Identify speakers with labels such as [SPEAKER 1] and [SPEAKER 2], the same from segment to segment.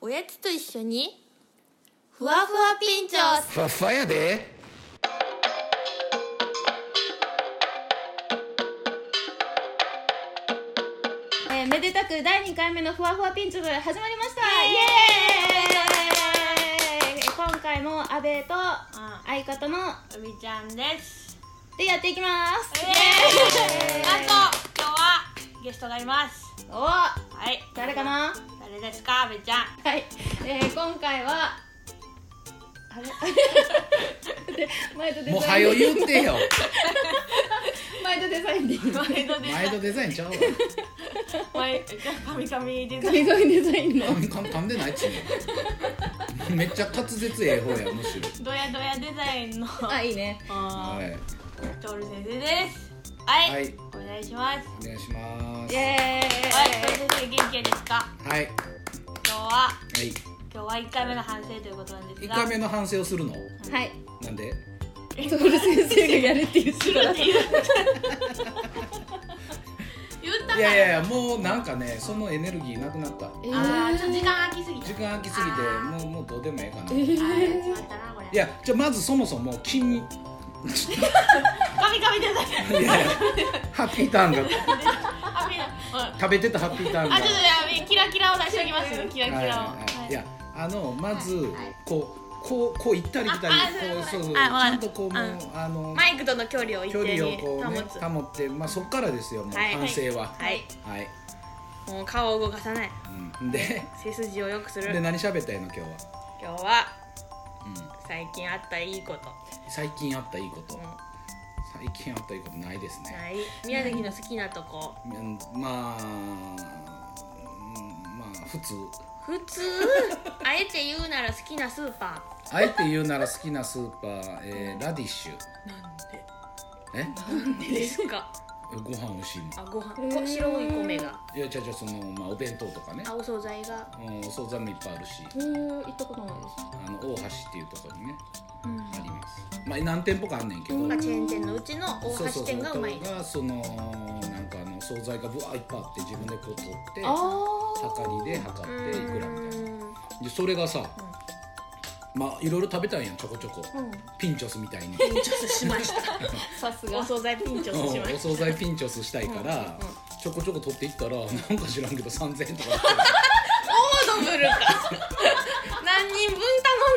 [SPEAKER 1] おやつと一緒にふわふわピンチョス
[SPEAKER 2] ふわふわやで
[SPEAKER 3] えーめでたく第2回目のふわふわピンチョブ始まりましたイエーイ今回も阿部と相方の
[SPEAKER 1] あみちゃんです
[SPEAKER 3] でやっていきます
[SPEAKER 1] イエー
[SPEAKER 3] イ
[SPEAKER 1] イなんと今日はゲストがいます
[SPEAKER 3] お
[SPEAKER 1] はい
[SPEAKER 3] 誰かな
[SPEAKER 1] 誰ですかあみちゃん
[SPEAKER 3] はい、えー、今回はあれ で前とデザイン
[SPEAKER 2] もうはよ言ってよ
[SPEAKER 3] 前とデザインでいい
[SPEAKER 1] 毎度
[SPEAKER 2] 前とデザインちゃうわ
[SPEAKER 1] 毎カミカミデザイン
[SPEAKER 3] 前とデザインの
[SPEAKER 2] 噛ん噛ん噛んでないっちね めっちゃ滑舌ええ方やむしろ
[SPEAKER 1] ドヤドヤデザインの
[SPEAKER 3] あいいね
[SPEAKER 1] あ
[SPEAKER 2] はい
[SPEAKER 1] ートール先生ですはい、
[SPEAKER 2] はい
[SPEAKER 1] お願いします
[SPEAKER 2] お願いします
[SPEAKER 3] イ
[SPEAKER 2] は
[SPEAKER 3] エ
[SPEAKER 1] はい、ト
[SPEAKER 3] ーイ
[SPEAKER 1] ール先生元気ですか
[SPEAKER 2] いはい
[SPEAKER 1] 今日は今日は1回目の反省ということなんです
[SPEAKER 2] 1
[SPEAKER 1] が
[SPEAKER 2] 回目の反省をするの
[SPEAKER 3] はい
[SPEAKER 2] なんで
[SPEAKER 3] トール先生がやるって言ってたら
[SPEAKER 1] って言った言ったから
[SPEAKER 2] いやいやいやもうなんかねそのエネルギーなくなった
[SPEAKER 3] え
[SPEAKER 1] あーちょっと時
[SPEAKER 3] ー
[SPEAKER 1] 間空きすぎた
[SPEAKER 2] 時間空きすぎてもうもうどうでもええかな
[SPEAKER 3] え
[SPEAKER 2] い
[SPEAKER 1] あーやっ
[SPEAKER 3] ー
[SPEAKER 1] ちまったなこれ
[SPEAKER 2] やじゃあまずそもそも 君い
[SPEAKER 1] カミカミデザイン
[SPEAKER 2] やいやハッピーターンが
[SPEAKER 1] あみんなうん
[SPEAKER 2] 食べてたハッピーターンが
[SPEAKER 1] あちょっとやキラキラを出しておきますよキラキラを
[SPEAKER 2] はい
[SPEAKER 1] はい
[SPEAKER 2] いやあのまず、
[SPEAKER 1] はいはい
[SPEAKER 2] こうこうこう行ったり来たり
[SPEAKER 1] ああ
[SPEAKER 2] こう
[SPEAKER 1] そ
[SPEAKER 2] そううそう
[SPEAKER 1] そ
[SPEAKER 2] う
[SPEAKER 1] そう
[SPEAKER 2] ち
[SPEAKER 1] あわか
[SPEAKER 2] ゃ
[SPEAKER 1] る
[SPEAKER 2] んとこうもうあの
[SPEAKER 1] マイクとの距離を一
[SPEAKER 2] 距
[SPEAKER 1] 定
[SPEAKER 2] 離を
[SPEAKER 1] に
[SPEAKER 2] こうね
[SPEAKER 1] 保つ
[SPEAKER 2] 保ってまあそこからですよもう
[SPEAKER 1] はい
[SPEAKER 2] 反省は
[SPEAKER 1] はい
[SPEAKER 2] はい、
[SPEAKER 1] もう顔を動かさない
[SPEAKER 2] うん、で
[SPEAKER 1] 背筋を良くす
[SPEAKER 2] で
[SPEAKER 1] る
[SPEAKER 2] 何喋ったんの今日は、
[SPEAKER 1] 今日は
[SPEAKER 2] うん、
[SPEAKER 1] 最近あったいいこと
[SPEAKER 2] 最近あったいいこと、
[SPEAKER 1] うん
[SPEAKER 2] 最近あったいいことないですね、
[SPEAKER 1] ない宮崎の好きなとこ
[SPEAKER 2] うんまあうんまあ普通
[SPEAKER 1] 普 通あえて言うなら好きなスーパ
[SPEAKER 2] あえて言うなら好きなスーパー、えーラディッシュ
[SPEAKER 1] ーな
[SPEAKER 2] え
[SPEAKER 1] んでですか
[SPEAKER 2] ご飯美味しいもん
[SPEAKER 1] あご飯
[SPEAKER 3] へ
[SPEAKER 1] こ
[SPEAKER 3] ー
[SPEAKER 1] 白い米が
[SPEAKER 2] いやじゃあじゃあその、まあ、お弁当とかね
[SPEAKER 1] あお惣菜が
[SPEAKER 2] うんお惣菜もいっぱいあるし
[SPEAKER 3] えー行ったことないです
[SPEAKER 2] あの大橋っていうところにね
[SPEAKER 1] うん
[SPEAKER 2] ありますまあ何店舗かあんねんけど、
[SPEAKER 1] まあチェーン店のうちの大橋店がうまい
[SPEAKER 2] そうそうそうがそのなんかあの惣菜がぶわーいっぱいあって自分でこう取って
[SPEAKER 3] あ
[SPEAKER 2] 量りで
[SPEAKER 1] う
[SPEAKER 2] 測っていくらみたいな
[SPEAKER 1] ーん
[SPEAKER 2] でそれがさ、まあいろいろ食べたんやんちょこちょこ、
[SPEAKER 3] あ、うん、
[SPEAKER 2] ピンチョスみたいに
[SPEAKER 1] ピンチョスしました
[SPEAKER 3] さす
[SPEAKER 1] お
[SPEAKER 3] が
[SPEAKER 1] 惣菜ピンチョスしま
[SPEAKER 2] うんお
[SPEAKER 1] し
[SPEAKER 2] 惣菜ピンチョスしたいから、ちょこちょこ取っていったらなんか知らんけど3000円とか
[SPEAKER 1] たオードブルか何人分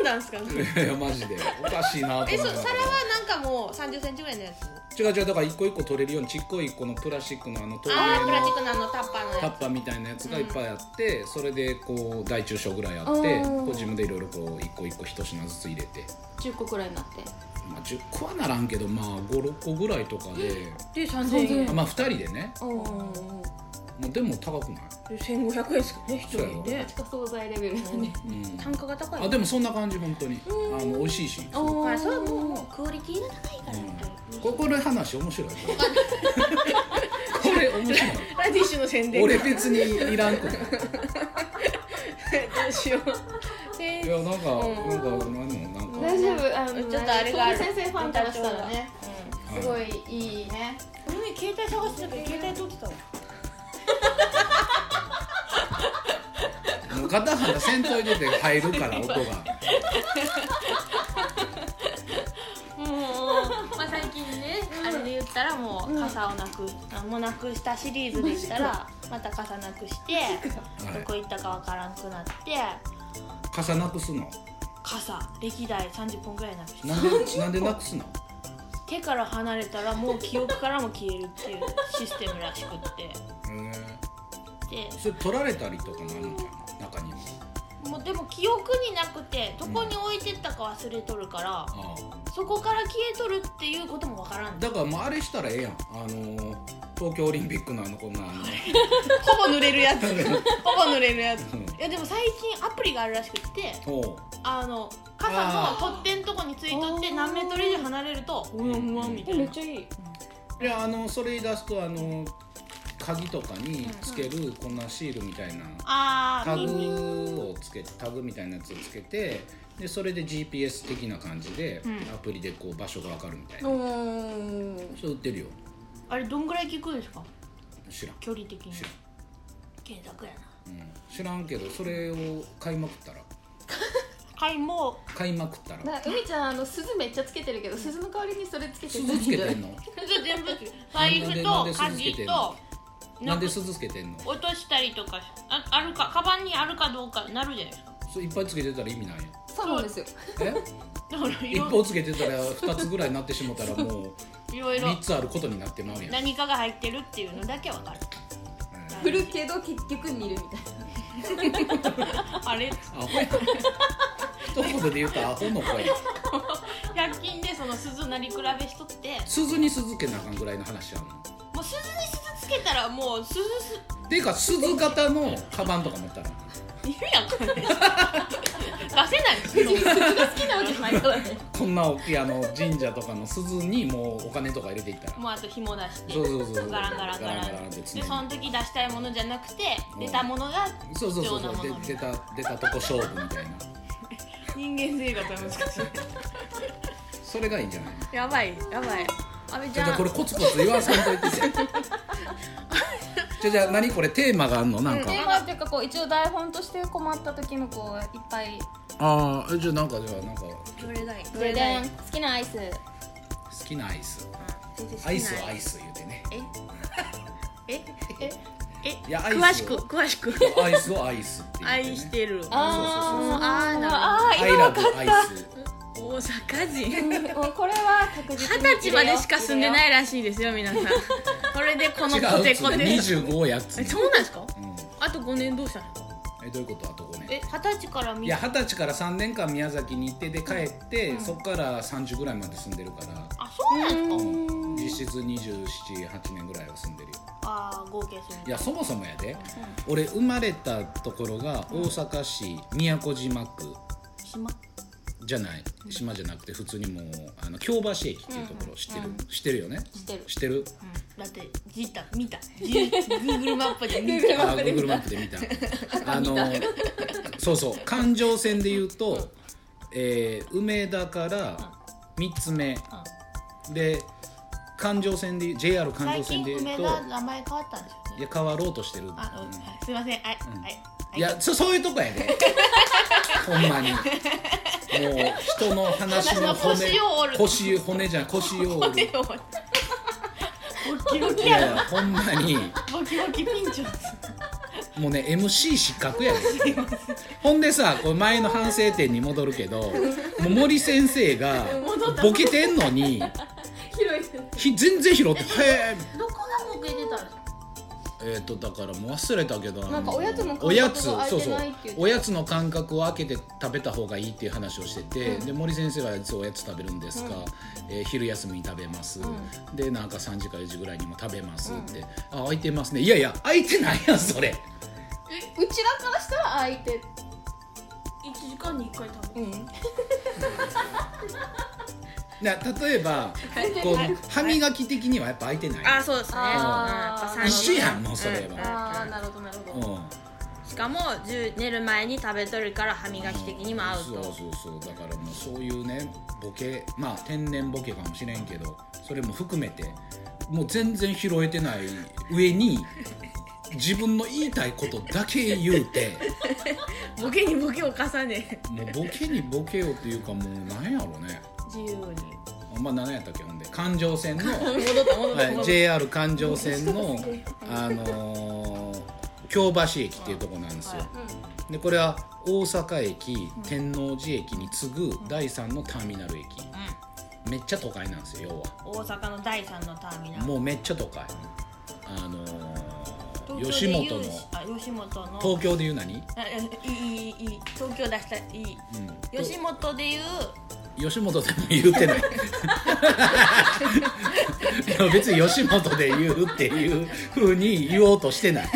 [SPEAKER 1] 頼んだんすか
[SPEAKER 2] だったいやマジでおかしいなと
[SPEAKER 1] え
[SPEAKER 2] 思
[SPEAKER 1] そ
[SPEAKER 2] って
[SPEAKER 1] 皿はなんかもう3 0ンチぐらいのやつ
[SPEAKER 2] 違う違うだから一個一個取れるようにちっこいこのプラスチックのあの透明
[SPEAKER 1] ああプラチ
[SPEAKER 2] の
[SPEAKER 1] ックのあのタッパーの
[SPEAKER 2] タ
[SPEAKER 1] や
[SPEAKER 2] ッパーみたいなやつがいっぱいあって、それでこう大中小ぐらいあって
[SPEAKER 3] うん
[SPEAKER 2] こう自分でいろいろこう一個一個一品ずつ入れて、
[SPEAKER 3] 10個くらいになって
[SPEAKER 2] まあ、10個はならんけどまあ56個ぐらいとかで、
[SPEAKER 1] つで3000
[SPEAKER 2] あまあ2人でね
[SPEAKER 3] うん
[SPEAKER 2] もうでも高くない
[SPEAKER 1] 1500円ですかね
[SPEAKER 2] そうやろ、
[SPEAKER 3] 惣菜レベルだね
[SPEAKER 2] う
[SPEAKER 1] 単価が高い
[SPEAKER 2] ん、あでもそんな感じ本当にあの美味しいし
[SPEAKER 3] お
[SPEAKER 1] まあ、それはもうもう
[SPEAKER 3] も
[SPEAKER 1] クオリティが高いから、ね
[SPEAKER 2] ここの話面白いこれ面白い
[SPEAKER 1] ラディッシュの宣伝ど
[SPEAKER 2] 俺別にいらんこと
[SPEAKER 1] うしよう
[SPEAKER 2] いやなんか、なんかなんのなんか
[SPEAKER 3] 大丈夫あの
[SPEAKER 1] ちょっとあれがあ
[SPEAKER 3] 小
[SPEAKER 1] る
[SPEAKER 3] 林先生ファンからしたらね
[SPEAKER 2] うん
[SPEAKER 3] すごいいいね
[SPEAKER 1] ごめん携帯探してたけど携帯取ってたわ
[SPEAKER 2] もうガタガタせんといてて入るから音 が
[SPEAKER 1] もうまあ最近ね、あれで言ったらもう傘をなく、あもうなくしたシリーズでしたらまた傘なくしてどこ行ったかわからんくなって
[SPEAKER 2] 傘なくすの
[SPEAKER 1] 傘歴代30本ぐらいなくして
[SPEAKER 2] なんでなんでなくすの
[SPEAKER 1] 手から離れたらもう記憶からも消えるっていうシステムらしくって
[SPEAKER 2] へ
[SPEAKER 1] で
[SPEAKER 2] えそれ取られたりとかなるんじゃん中にも
[SPEAKER 1] もうでも記憶になくてどこに置いてったか忘れとるから、
[SPEAKER 2] あ
[SPEAKER 1] そこから消えとるっていうこともわから
[SPEAKER 2] あ
[SPEAKER 1] ん
[SPEAKER 2] だからもうあれしたらええやんあのー東京オリンピックのあのこんなあの
[SPEAKER 1] ほぼ濡れる やつほぼ濡れるやつ
[SPEAKER 2] うん
[SPEAKER 1] いやでも最近アプリがあるらしくって
[SPEAKER 2] おう
[SPEAKER 1] あの傘の取っ手のとこについとって
[SPEAKER 3] あー
[SPEAKER 1] 何メートル以上離れるとうわうわみた
[SPEAKER 3] え
[SPEAKER 1] い
[SPEAKER 3] めっ
[SPEAKER 1] な
[SPEAKER 3] ちゃいい
[SPEAKER 2] いやあのそれ言い出すとあの鍵とかにつけるこんなシールみたいな
[SPEAKER 1] あ
[SPEAKER 2] タ
[SPEAKER 1] ー
[SPEAKER 2] グ
[SPEAKER 1] 耳
[SPEAKER 2] をつけタグみたいなやつをつけてでそれで GPS 的な感じで
[SPEAKER 1] うん
[SPEAKER 2] アプリでこう場所がわかるみたいな、
[SPEAKER 3] うん
[SPEAKER 2] それ売ってるよ
[SPEAKER 1] あれどんぐらい効くんですか
[SPEAKER 2] 知らん
[SPEAKER 1] 距離的に
[SPEAKER 2] 知らん
[SPEAKER 1] 検索やな
[SPEAKER 2] うん、知らんけどそれを買いまくったら
[SPEAKER 1] はいも
[SPEAKER 2] 買いまくったら
[SPEAKER 3] な海ちゃんあの鈴めっちゃつけてるけど鈴の代わりにそれつけて
[SPEAKER 2] 鈴つけてんの
[SPEAKER 1] う全部 財布
[SPEAKER 2] なん
[SPEAKER 1] と
[SPEAKER 2] でなんで鈴つけ
[SPEAKER 1] 鍵
[SPEAKER 2] てん
[SPEAKER 1] と
[SPEAKER 2] の
[SPEAKER 1] な
[SPEAKER 2] なんん
[SPEAKER 1] か
[SPEAKER 2] で鈴つけてんの
[SPEAKER 1] 落としたりとかああるかカバンにあるかどうかなるじゃないですか
[SPEAKER 2] それいっぱいつけてたら意味ないや
[SPEAKER 3] そうなんですよ
[SPEAKER 2] え
[SPEAKER 1] だからい
[SPEAKER 2] 一
[SPEAKER 1] ろ
[SPEAKER 2] 本つけてたら二つぐらいになってしもたらもう
[SPEAKER 1] いろいろ
[SPEAKER 2] 三つあることになってまうやん、うん
[SPEAKER 1] 何かが入ってるっていうのだけわ かる
[SPEAKER 3] 振るけど結局見るみたいな
[SPEAKER 1] あれ
[SPEAKER 2] アホや一言で言うとアホの声
[SPEAKER 1] 100均でその鈴なり比べしとって
[SPEAKER 2] 鈴に鈴けなあかんぐらいの話やんの
[SPEAKER 1] もう鈴に鈴つけたらもう鈴す
[SPEAKER 2] ていうか鈴型のカバンとか持ったら
[SPEAKER 1] いるやんこ れ出せないですよ
[SPEAKER 3] 鈴が好きなわけじゃないから ね
[SPEAKER 2] こんな大きいあの神社とかの鈴にもうお金とか入れていったら
[SPEAKER 1] もうあと紐出して
[SPEAKER 2] そうそうそうそう
[SPEAKER 1] ガランガランガラン
[SPEAKER 2] ガランって
[SPEAKER 1] で
[SPEAKER 2] 常に
[SPEAKER 1] その時出したいものじゃなくて
[SPEAKER 2] うん
[SPEAKER 1] 出たものが
[SPEAKER 2] そうそうそうそ
[SPEAKER 1] 貴重なもの
[SPEAKER 2] うで出た出たとこ勝負みたいな
[SPEAKER 1] 人間性が難し
[SPEAKER 2] それがいいんじゃない
[SPEAKER 1] い やばいやばい阿部
[SPEAKER 2] じゃあこれコツコツ言わさんとい ててじゃあじゃあ何これテーマがあんのなんか、
[SPEAKER 3] テーマっていうかこう一応台本として困った時のこういっぱい
[SPEAKER 2] ああじゃあなんかじゃあなんか好
[SPEAKER 1] どれだい
[SPEAKER 3] プレゼン好きなアイス
[SPEAKER 2] きなアイスアイスをアイス言うてね
[SPEAKER 1] ええええ
[SPEAKER 2] いやアイスを
[SPEAKER 1] 詳しく詳し く
[SPEAKER 2] アイスをアイスって言うて、ね、
[SPEAKER 1] 愛してる
[SPEAKER 2] あ
[SPEAKER 1] あー
[SPEAKER 3] あ
[SPEAKER 1] な
[SPEAKER 3] ー
[SPEAKER 2] ア
[SPEAKER 3] 今
[SPEAKER 2] イ
[SPEAKER 3] わ
[SPEAKER 2] ラ
[SPEAKER 3] か
[SPEAKER 2] ブ
[SPEAKER 3] っ
[SPEAKER 2] アイ
[SPEAKER 3] た
[SPEAKER 2] ス
[SPEAKER 1] 大阪人
[SPEAKER 3] もうこれは確実
[SPEAKER 1] 二
[SPEAKER 3] に
[SPEAKER 1] 十歳までしか住んでないいらしいですよ皆さんこれでこの
[SPEAKER 2] 違
[SPEAKER 1] コ
[SPEAKER 2] う
[SPEAKER 1] テコテ
[SPEAKER 2] 二十五やつ
[SPEAKER 1] え、そうなんですか
[SPEAKER 2] うん、
[SPEAKER 1] あと5年どうしたんですか
[SPEAKER 2] えどういうことあと5
[SPEAKER 1] え
[SPEAKER 2] 年
[SPEAKER 1] 二十歳から
[SPEAKER 2] い
[SPEAKER 1] 見
[SPEAKER 2] や二十歳から3年間宮崎に行ってで帰って、そっから30ぐらいまで住んでるから、
[SPEAKER 1] あそうなんですか
[SPEAKER 2] うん実質278年ぐらいは住んでるよ
[SPEAKER 1] あー合計する
[SPEAKER 2] いやそもそもやで、俺生まれたところが大阪市都島区
[SPEAKER 1] 島
[SPEAKER 2] じゃない島じゃなくて普通にもうあの京橋駅っていうところ知ってる、知ってるよね
[SPEAKER 3] 知ってる
[SPEAKER 2] 知ってる
[SPEAKER 1] だってじた見た Google マップで見
[SPEAKER 3] Google
[SPEAKER 1] た
[SPEAKER 2] あー Google マップで見た あのそうそう環状線で言うと、えー梅田から3つ目で環状線で言う JR 環
[SPEAKER 1] 最
[SPEAKER 2] 状線
[SPEAKER 1] 近
[SPEAKER 2] で言う
[SPEAKER 1] 梅
[SPEAKER 2] と
[SPEAKER 1] 田名前変わったんですよ
[SPEAKER 2] い
[SPEAKER 1] ね
[SPEAKER 2] や変わろうとしてる
[SPEAKER 1] あ、
[SPEAKER 2] うん
[SPEAKER 1] うん、すいませんはいはいはい
[SPEAKER 2] いやそそういうとこや でほんまにもう人の話の骨
[SPEAKER 1] 話の腰を折る
[SPEAKER 2] 腰骨じゃん腰を折 る
[SPEAKER 1] ボキボ
[SPEAKER 2] い
[SPEAKER 1] キや
[SPEAKER 2] やほんまに
[SPEAKER 1] ボキボキピンチョン
[SPEAKER 2] もうね MC 失格やでほんでさこれ前の反省点に戻るけどもう森先生がボケてんのに
[SPEAKER 3] 広いです
[SPEAKER 2] ひ全然拾って「へ
[SPEAKER 1] どこがボケてたんですか
[SPEAKER 2] ええー、とだからもう忘れたけどあの
[SPEAKER 3] なんかおやつの感覚が
[SPEAKER 2] おやつ
[SPEAKER 3] 空い
[SPEAKER 2] そう
[SPEAKER 3] て
[SPEAKER 2] そう
[SPEAKER 3] ないっていう
[SPEAKER 2] おやつの間隔を空けて食べた方がいいっていう話をしてて、で森先生が「実はおやつ食べるんですか、えー昼休みに食べます、でなんか3時か4時ぐらいにも食べます」って「あ空いてますねいやいや空いてないやんそれ」
[SPEAKER 3] うちらからしたら空いて
[SPEAKER 1] 1時間に1回食べる
[SPEAKER 2] な例え ばこう歯磨き的にはやっぱ空いてない
[SPEAKER 1] あ、そうですね
[SPEAKER 3] あー
[SPEAKER 1] うんやっぱ三
[SPEAKER 2] 一緒やんもうそれは
[SPEAKER 1] んん
[SPEAKER 3] ああなるほどなるほ
[SPEAKER 2] う
[SPEAKER 3] ど
[SPEAKER 2] ん
[SPEAKER 1] しかもじゅ寝る前に食べとるから歯磨き的にも合う
[SPEAKER 2] そう
[SPEAKER 1] と
[SPEAKER 2] そうそうだからもうそういうねボケまあ天然ボケかもしれんけどそれも含めてもう全然拾えてない上に自分の言いたいことだけ言うて
[SPEAKER 1] ボケにボケを重ね
[SPEAKER 2] もうボケにボケよっていうかもうなんやろね
[SPEAKER 1] 自由に
[SPEAKER 2] あんま何やったっけほんで環状線の、は
[SPEAKER 1] 戻った戻った
[SPEAKER 2] い、JR 環状線のあのー京橋駅っていうとこなんですよ、でこれは大阪駅天王寺駅に次ぐ第3のターミナル駅、めっちゃ都会なんですよ要は
[SPEAKER 1] 大阪の第三のターミナル
[SPEAKER 2] もうめっちゃ都会あのー
[SPEAKER 1] 東
[SPEAKER 2] 吉
[SPEAKER 1] 京で
[SPEAKER 2] 本
[SPEAKER 1] 言う
[SPEAKER 2] の
[SPEAKER 1] あ吉本の
[SPEAKER 2] 東京で言う何、
[SPEAKER 1] あいいいいいい東京出したいい
[SPEAKER 2] うん、
[SPEAKER 1] 吉本でいう
[SPEAKER 2] 吉本でも言うてない いや別に吉本で言うっていうふうに言おうとしてない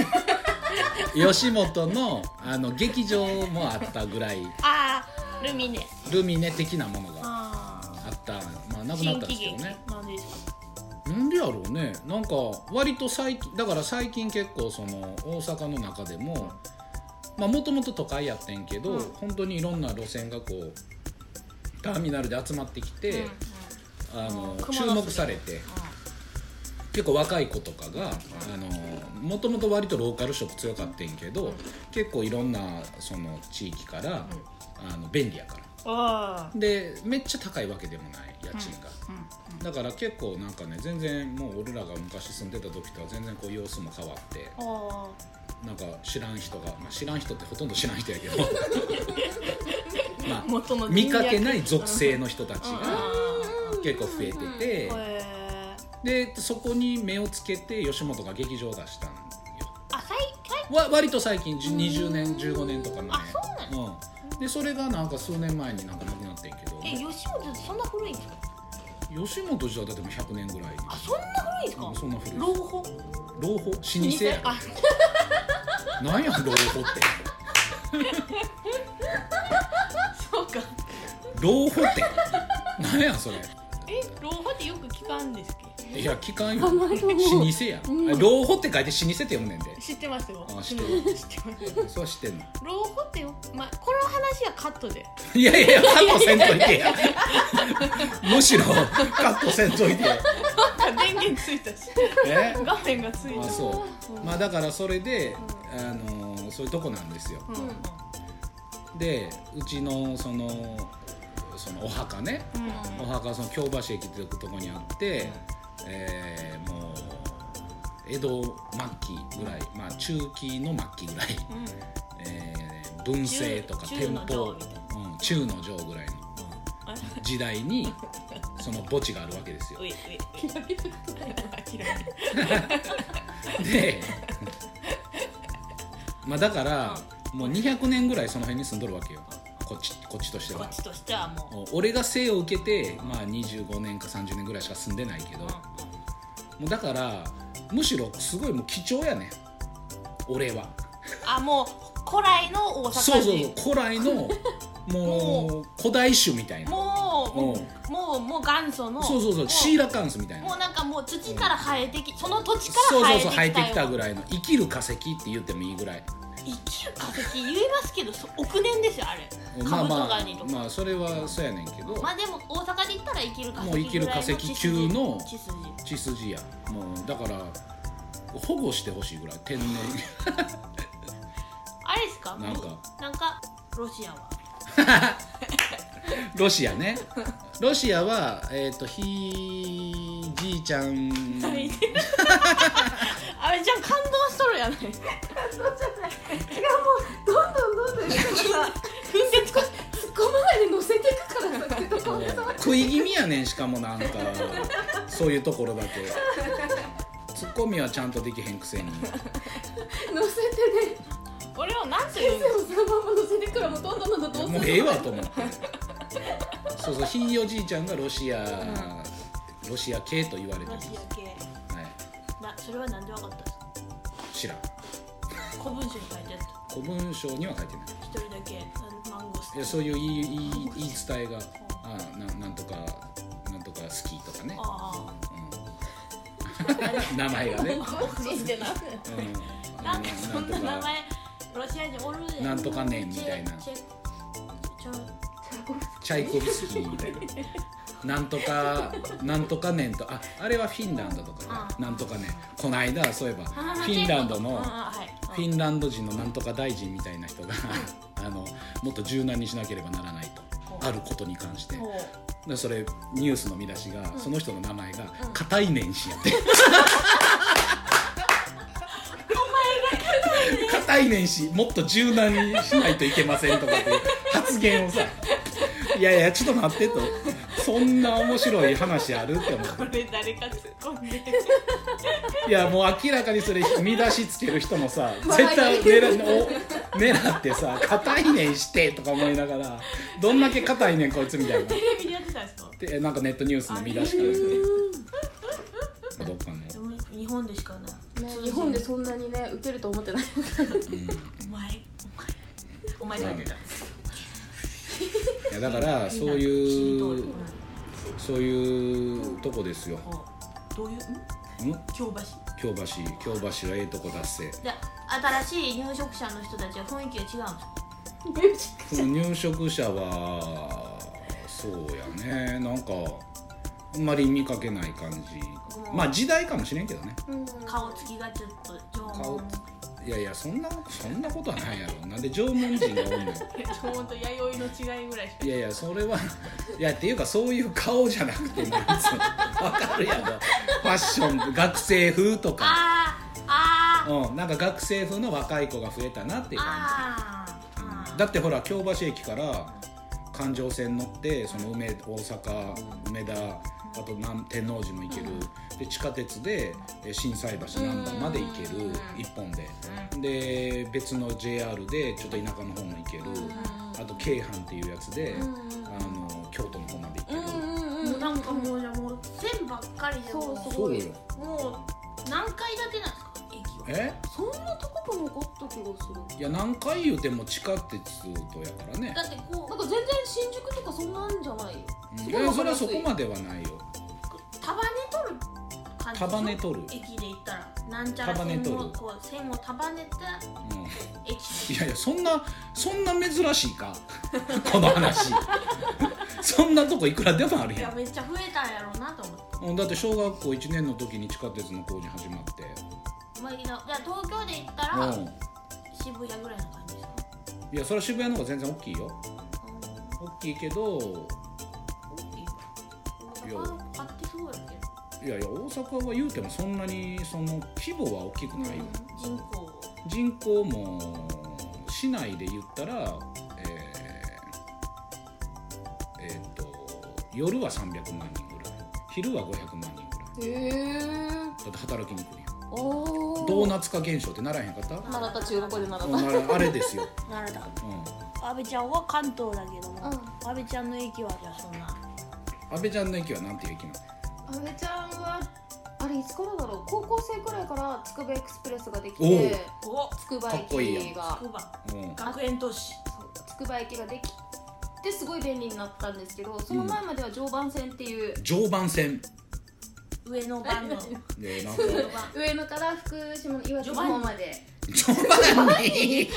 [SPEAKER 2] 吉本のあの劇場もあったぐらい
[SPEAKER 1] ああルミネ
[SPEAKER 2] ルミネ的なものが
[SPEAKER 1] あ
[SPEAKER 2] あったまあ
[SPEAKER 1] あ
[SPEAKER 2] なくな
[SPEAKER 1] 新
[SPEAKER 2] ったんで
[SPEAKER 1] 喜
[SPEAKER 2] すけど
[SPEAKER 1] 劇
[SPEAKER 2] ね
[SPEAKER 1] なんですか
[SPEAKER 2] なんでやろうねなんか割と最近だから最近結構その大阪の中でもまあもともと都会やってんけど、
[SPEAKER 1] うん
[SPEAKER 2] 本当にいろんな路線がこうターミナルで集まってきて、あの
[SPEAKER 1] うん
[SPEAKER 2] 注目されて結構若い子とかが、あのもともと割とローカル色強かったんけど、結構いろんなその地域から、あの便利やから
[SPEAKER 1] あ
[SPEAKER 2] でめっちゃ高いわけでもない家賃が、
[SPEAKER 1] あ、うんうん、
[SPEAKER 2] だから結構なんかね全然もう俺らが昔住んでた時とは全然こう様子も変わって
[SPEAKER 1] あ
[SPEAKER 2] なんか知らん人が、まあ、知らん人ってほとんど知らん人や けどま
[SPEAKER 1] あ
[SPEAKER 2] あ
[SPEAKER 1] 元の
[SPEAKER 2] 見かけないい属性の人たちが結構増えてて、
[SPEAKER 1] え
[SPEAKER 2] でそこに目をつけて吉本が劇場を出したんよ
[SPEAKER 1] あ最近
[SPEAKER 2] わ割と最近じ20年15年とか前
[SPEAKER 1] あそうな
[SPEAKER 2] うん、でそれがなんか数年前になんかなくなってんけど
[SPEAKER 1] え吉本ってそんな古いんですか
[SPEAKER 2] 吉本自体だってもう100年ぐらい
[SPEAKER 1] あそんな古いんです
[SPEAKER 2] う
[SPEAKER 1] か
[SPEAKER 2] んそんな古い
[SPEAKER 1] 老舗
[SPEAKER 2] 老舗老舗や
[SPEAKER 1] あ
[SPEAKER 2] なんや老舗って
[SPEAKER 1] そうか
[SPEAKER 2] 老舗ってなんやそれ
[SPEAKER 1] え老舗ってよく聞かんですけ
[SPEAKER 2] いや聞かんよ
[SPEAKER 3] あ
[SPEAKER 2] 老
[SPEAKER 3] まり
[SPEAKER 2] 舗やん、あ老舗って書いて老舗って読むねんで
[SPEAKER 1] ど知ってますよ
[SPEAKER 2] あ知ってる
[SPEAKER 1] うん知ってます
[SPEAKER 2] それは知ってんの
[SPEAKER 1] 老舗ってよまあこの話はカットで
[SPEAKER 2] いやいやカットせんといてやむしろカットせんといてや
[SPEAKER 1] あ電源ついたし
[SPEAKER 2] え
[SPEAKER 1] 画面がつい
[SPEAKER 2] あ
[SPEAKER 1] た
[SPEAKER 2] そうまあだからそれで、あのーそういうとこなんですよ、
[SPEAKER 1] うんうん
[SPEAKER 2] でうちのそのそのお墓ね、お墓はその京橋駅っていうとこにあって、えーもう江戸末期ぐらい、まあ、中期の末期ぐらい、
[SPEAKER 1] うん
[SPEAKER 2] えー文政とか
[SPEAKER 1] 中中
[SPEAKER 2] 天
[SPEAKER 1] の
[SPEAKER 2] 保
[SPEAKER 1] 上みたいな
[SPEAKER 2] うん中の上ぐらいの時代 にその墓地があるわけですよ
[SPEAKER 1] ういういう
[SPEAKER 2] でまあだからもう200年ぐらいその辺に住んどるわけよこっちこっちとして
[SPEAKER 1] こ
[SPEAKER 2] は
[SPEAKER 1] っちとしてはもう
[SPEAKER 2] 俺が生を受けて、まあ、25年か30年ぐらいしか住んでないけど、
[SPEAKER 1] うん
[SPEAKER 2] もうだからむしろすごいもう貴重やね俺は
[SPEAKER 1] あもう古来の大阪人
[SPEAKER 2] そうそうそう古来 のもう古代種みたいな
[SPEAKER 1] もうもうもう元祖の
[SPEAKER 2] そうそうそ
[SPEAKER 1] も
[SPEAKER 2] うシーラカンスみたい
[SPEAKER 1] もう
[SPEAKER 2] な
[SPEAKER 1] なんかもう土から生えてき、その土地から
[SPEAKER 2] そう
[SPEAKER 1] 生
[SPEAKER 2] そ
[SPEAKER 1] え
[SPEAKER 2] う
[SPEAKER 1] て
[SPEAKER 2] そう生えてき
[SPEAKER 1] きたよ
[SPEAKER 2] たぐらいの生きる化石って言ってもいいぐらい
[SPEAKER 1] 生きる化石言えますけどそ億年ですよあれ
[SPEAKER 2] まあ
[SPEAKER 1] カブト
[SPEAKER 2] ま
[SPEAKER 1] ガニと
[SPEAKER 2] あ
[SPEAKER 1] か、ま
[SPEAKER 2] まあそれはそうやねんけど、
[SPEAKER 1] あ、でも大阪で言ったら生きる化石
[SPEAKER 2] もう生きる化石級の
[SPEAKER 1] 血筋
[SPEAKER 2] 血筋やもうだから保護してほしいぐらい天然
[SPEAKER 1] あれですか
[SPEAKER 2] なんか
[SPEAKER 1] もうなんかロシアは
[SPEAKER 2] ロシアねロシアはえっ、とひいじいちゃ ん
[SPEAKER 1] あれじゃん感動しとるやない感動じゃない 違うもうどんどんどんどん
[SPEAKER 3] 突っ込まないで乗せてくからさって
[SPEAKER 2] もう食い気味やねんしかもなんかそういうところだけツッコミはちゃんとできへんくせに
[SPEAKER 3] 乗せてね
[SPEAKER 1] これをなんて言うんで
[SPEAKER 3] でもそのまま乗せてくからもうどんどんどんどんどうす
[SPEAKER 2] もうええわと思ってそうそうひいおじいちゃんがロシア、ロシア系と言われてます
[SPEAKER 1] すかロシア系
[SPEAKER 2] はい
[SPEAKER 1] なそれはなんでわかったんですか
[SPEAKER 2] 知らん
[SPEAKER 1] 古文書に書いてあった
[SPEAKER 2] 古文書には書いてない
[SPEAKER 1] 一人だけあのマンゴス
[SPEAKER 2] いやそういう言い言い言い伝えがあななんとかなんとか好きとかね、
[SPEAKER 1] あ
[SPEAKER 2] うん名前 がね、うん、
[SPEAKER 1] あ信じてななんかそんな名前ロシア人おるで
[SPEAKER 2] なんとかねんみたいな
[SPEAKER 1] チェチェチェ
[SPEAKER 2] チャイコフスキーみたいななんとかなんとかねんとああれはフィンランドとかね、
[SPEAKER 1] うん
[SPEAKER 2] なんとかねこの間そういえばフ
[SPEAKER 1] あ
[SPEAKER 2] ィンランド
[SPEAKER 1] チェ
[SPEAKER 2] の
[SPEAKER 1] コああはい
[SPEAKER 2] フィンランド人のなんとか大臣みたいな人があのもっと柔軟にしなければならないとあることに関して
[SPEAKER 1] ほう
[SPEAKER 2] でそれニュースの見出しが、その人の名前が「硬い年始」やってお前が硬い年始もっと柔軟にしないといけませんとかっていう発言をさ「いやいやちょっと待って」と「そんな面白い話ある?」って思って
[SPEAKER 1] これ誰か突っ込んで
[SPEAKER 2] いやもう明らかにそれ見出しつける人もさ
[SPEAKER 3] 笑い
[SPEAKER 2] 絶対狙お狙ってさ「硬い年して」とか思いながらどんだけ硬いねんこいつみたいな
[SPEAKER 1] テ。レビでやってたんですか
[SPEAKER 2] でなんかネットニュースの見出しからですねどっかの
[SPEAKER 1] でも日本でしかない
[SPEAKER 3] 日本でそんなにね受けると思ってない
[SPEAKER 1] お前お前お前だけだ
[SPEAKER 2] いやだからそう
[SPEAKER 1] 死
[SPEAKER 2] い
[SPEAKER 1] に通る
[SPEAKER 2] うそういうとこですよ
[SPEAKER 1] ほうどういうん京
[SPEAKER 2] 京
[SPEAKER 1] 橋
[SPEAKER 2] 橋京橋はええとこだっせ
[SPEAKER 1] じゃ新しい入植者の人たちは雰囲気が違うんですか
[SPEAKER 2] その入植者はそうやねなんかあんまり見かけない感じ
[SPEAKER 1] もう
[SPEAKER 2] まあ時代かもしれんけどね
[SPEAKER 3] うん
[SPEAKER 1] 顔つきがちょっと縄
[SPEAKER 2] 顔
[SPEAKER 1] 文
[SPEAKER 2] いやいやそんなそんなことはないやろなんで縄文人がおんねん
[SPEAKER 4] 縄文と弥生の違いぐらいしか
[SPEAKER 2] いやいやそれはいやっていうかそういう顔じゃなくても別にわかるやろファッション学生風とか、
[SPEAKER 1] あーあー
[SPEAKER 2] うん、なんか学生風の若い子が増えたなっていう感
[SPEAKER 1] あー
[SPEAKER 2] じだってほら京橋駅から環状線乗ってその梅大阪梅田あと南天王寺も行ける、で地下鉄でえ心斎橋難波まで行ける、
[SPEAKER 1] うん
[SPEAKER 2] 一本でで別の JR でちょっと田舎の方も行ける、あと京阪っていうやつで、あの京都の方まで行ける、
[SPEAKER 1] うんもうなんかもうじゃあもう線ばっかりでもう
[SPEAKER 3] そう
[SPEAKER 2] そうよ
[SPEAKER 1] もう何階建てなんですか駅は
[SPEAKER 2] え
[SPEAKER 3] そんなとこも残った気がする
[SPEAKER 2] いや何回言うても地下鉄とやからね
[SPEAKER 1] だってこ
[SPEAKER 3] なん
[SPEAKER 1] う
[SPEAKER 3] か全然新宿とかそんなんじゃない
[SPEAKER 2] うんい
[SPEAKER 3] ごい
[SPEAKER 2] や
[SPEAKER 3] わ
[SPEAKER 2] そ
[SPEAKER 3] かり
[SPEAKER 2] れは
[SPEAKER 3] やす
[SPEAKER 2] そ
[SPEAKER 3] い
[SPEAKER 2] こまではないよ
[SPEAKER 1] 束ね取る感じでしょ
[SPEAKER 2] 束ね取る、
[SPEAKER 1] 駅で行ったらなんちゃら
[SPEAKER 2] 束ね
[SPEAKER 1] 線
[SPEAKER 2] 取る
[SPEAKER 1] をこう線を束ねて
[SPEAKER 2] う
[SPEAKER 1] 駅
[SPEAKER 2] ん、いやいやそんなそんな珍しいか この話そんなとこいくらでもある
[SPEAKER 1] い
[SPEAKER 2] や
[SPEAKER 1] や
[SPEAKER 2] ん
[SPEAKER 1] めっちゃ増えたんやろうなと思って
[SPEAKER 2] うんだって小学校1年の時に地下鉄の工事始まって
[SPEAKER 1] まあいいなじゃあ東京で行ったら
[SPEAKER 2] う
[SPEAKER 1] 渋谷ぐらいの感じですか
[SPEAKER 2] んいやそれは渋谷の方が全然大きいよ
[SPEAKER 1] うん
[SPEAKER 2] 大きいけど
[SPEAKER 1] 大
[SPEAKER 2] いや
[SPEAKER 1] 阪買ってそうやけど
[SPEAKER 2] いやいや大阪は言うてもそんなにその規模は大きくないよ、
[SPEAKER 1] 人口
[SPEAKER 2] 人口も市内で言ったらえー、えーっと夜は300万人ぐらい昼は500万人ぐらい
[SPEAKER 3] へえ
[SPEAKER 2] だって働きに来るや
[SPEAKER 3] お
[SPEAKER 2] んドー
[SPEAKER 3] な
[SPEAKER 2] ナツ化現象ってならへんかった
[SPEAKER 3] 習った中学校で習った
[SPEAKER 2] もうならあれですよ、
[SPEAKER 1] なるだ
[SPEAKER 2] う、
[SPEAKER 1] 阿部ちゃんは関東だけども、
[SPEAKER 3] う
[SPEAKER 1] 阿部ちゃんの駅はじゃあそんなん
[SPEAKER 2] 安倍ちゃんの駅はなんていう駅なの
[SPEAKER 3] 阿部ちゃんはあれいつからだろう高校生くらいからつくばエクスプレスができて
[SPEAKER 1] お
[SPEAKER 3] つくば
[SPEAKER 2] かっこいいやん
[SPEAKER 3] 駅が
[SPEAKER 1] 筑波
[SPEAKER 2] うん
[SPEAKER 1] 学園都市
[SPEAKER 3] そうつくば駅ができてすごい便利になったんですけどその前までは常磐線っていう、
[SPEAKER 2] 常磐線
[SPEAKER 1] 上野番 の
[SPEAKER 2] でなんか
[SPEAKER 3] 上野から福島の岩手の方まで
[SPEAKER 2] 常磐に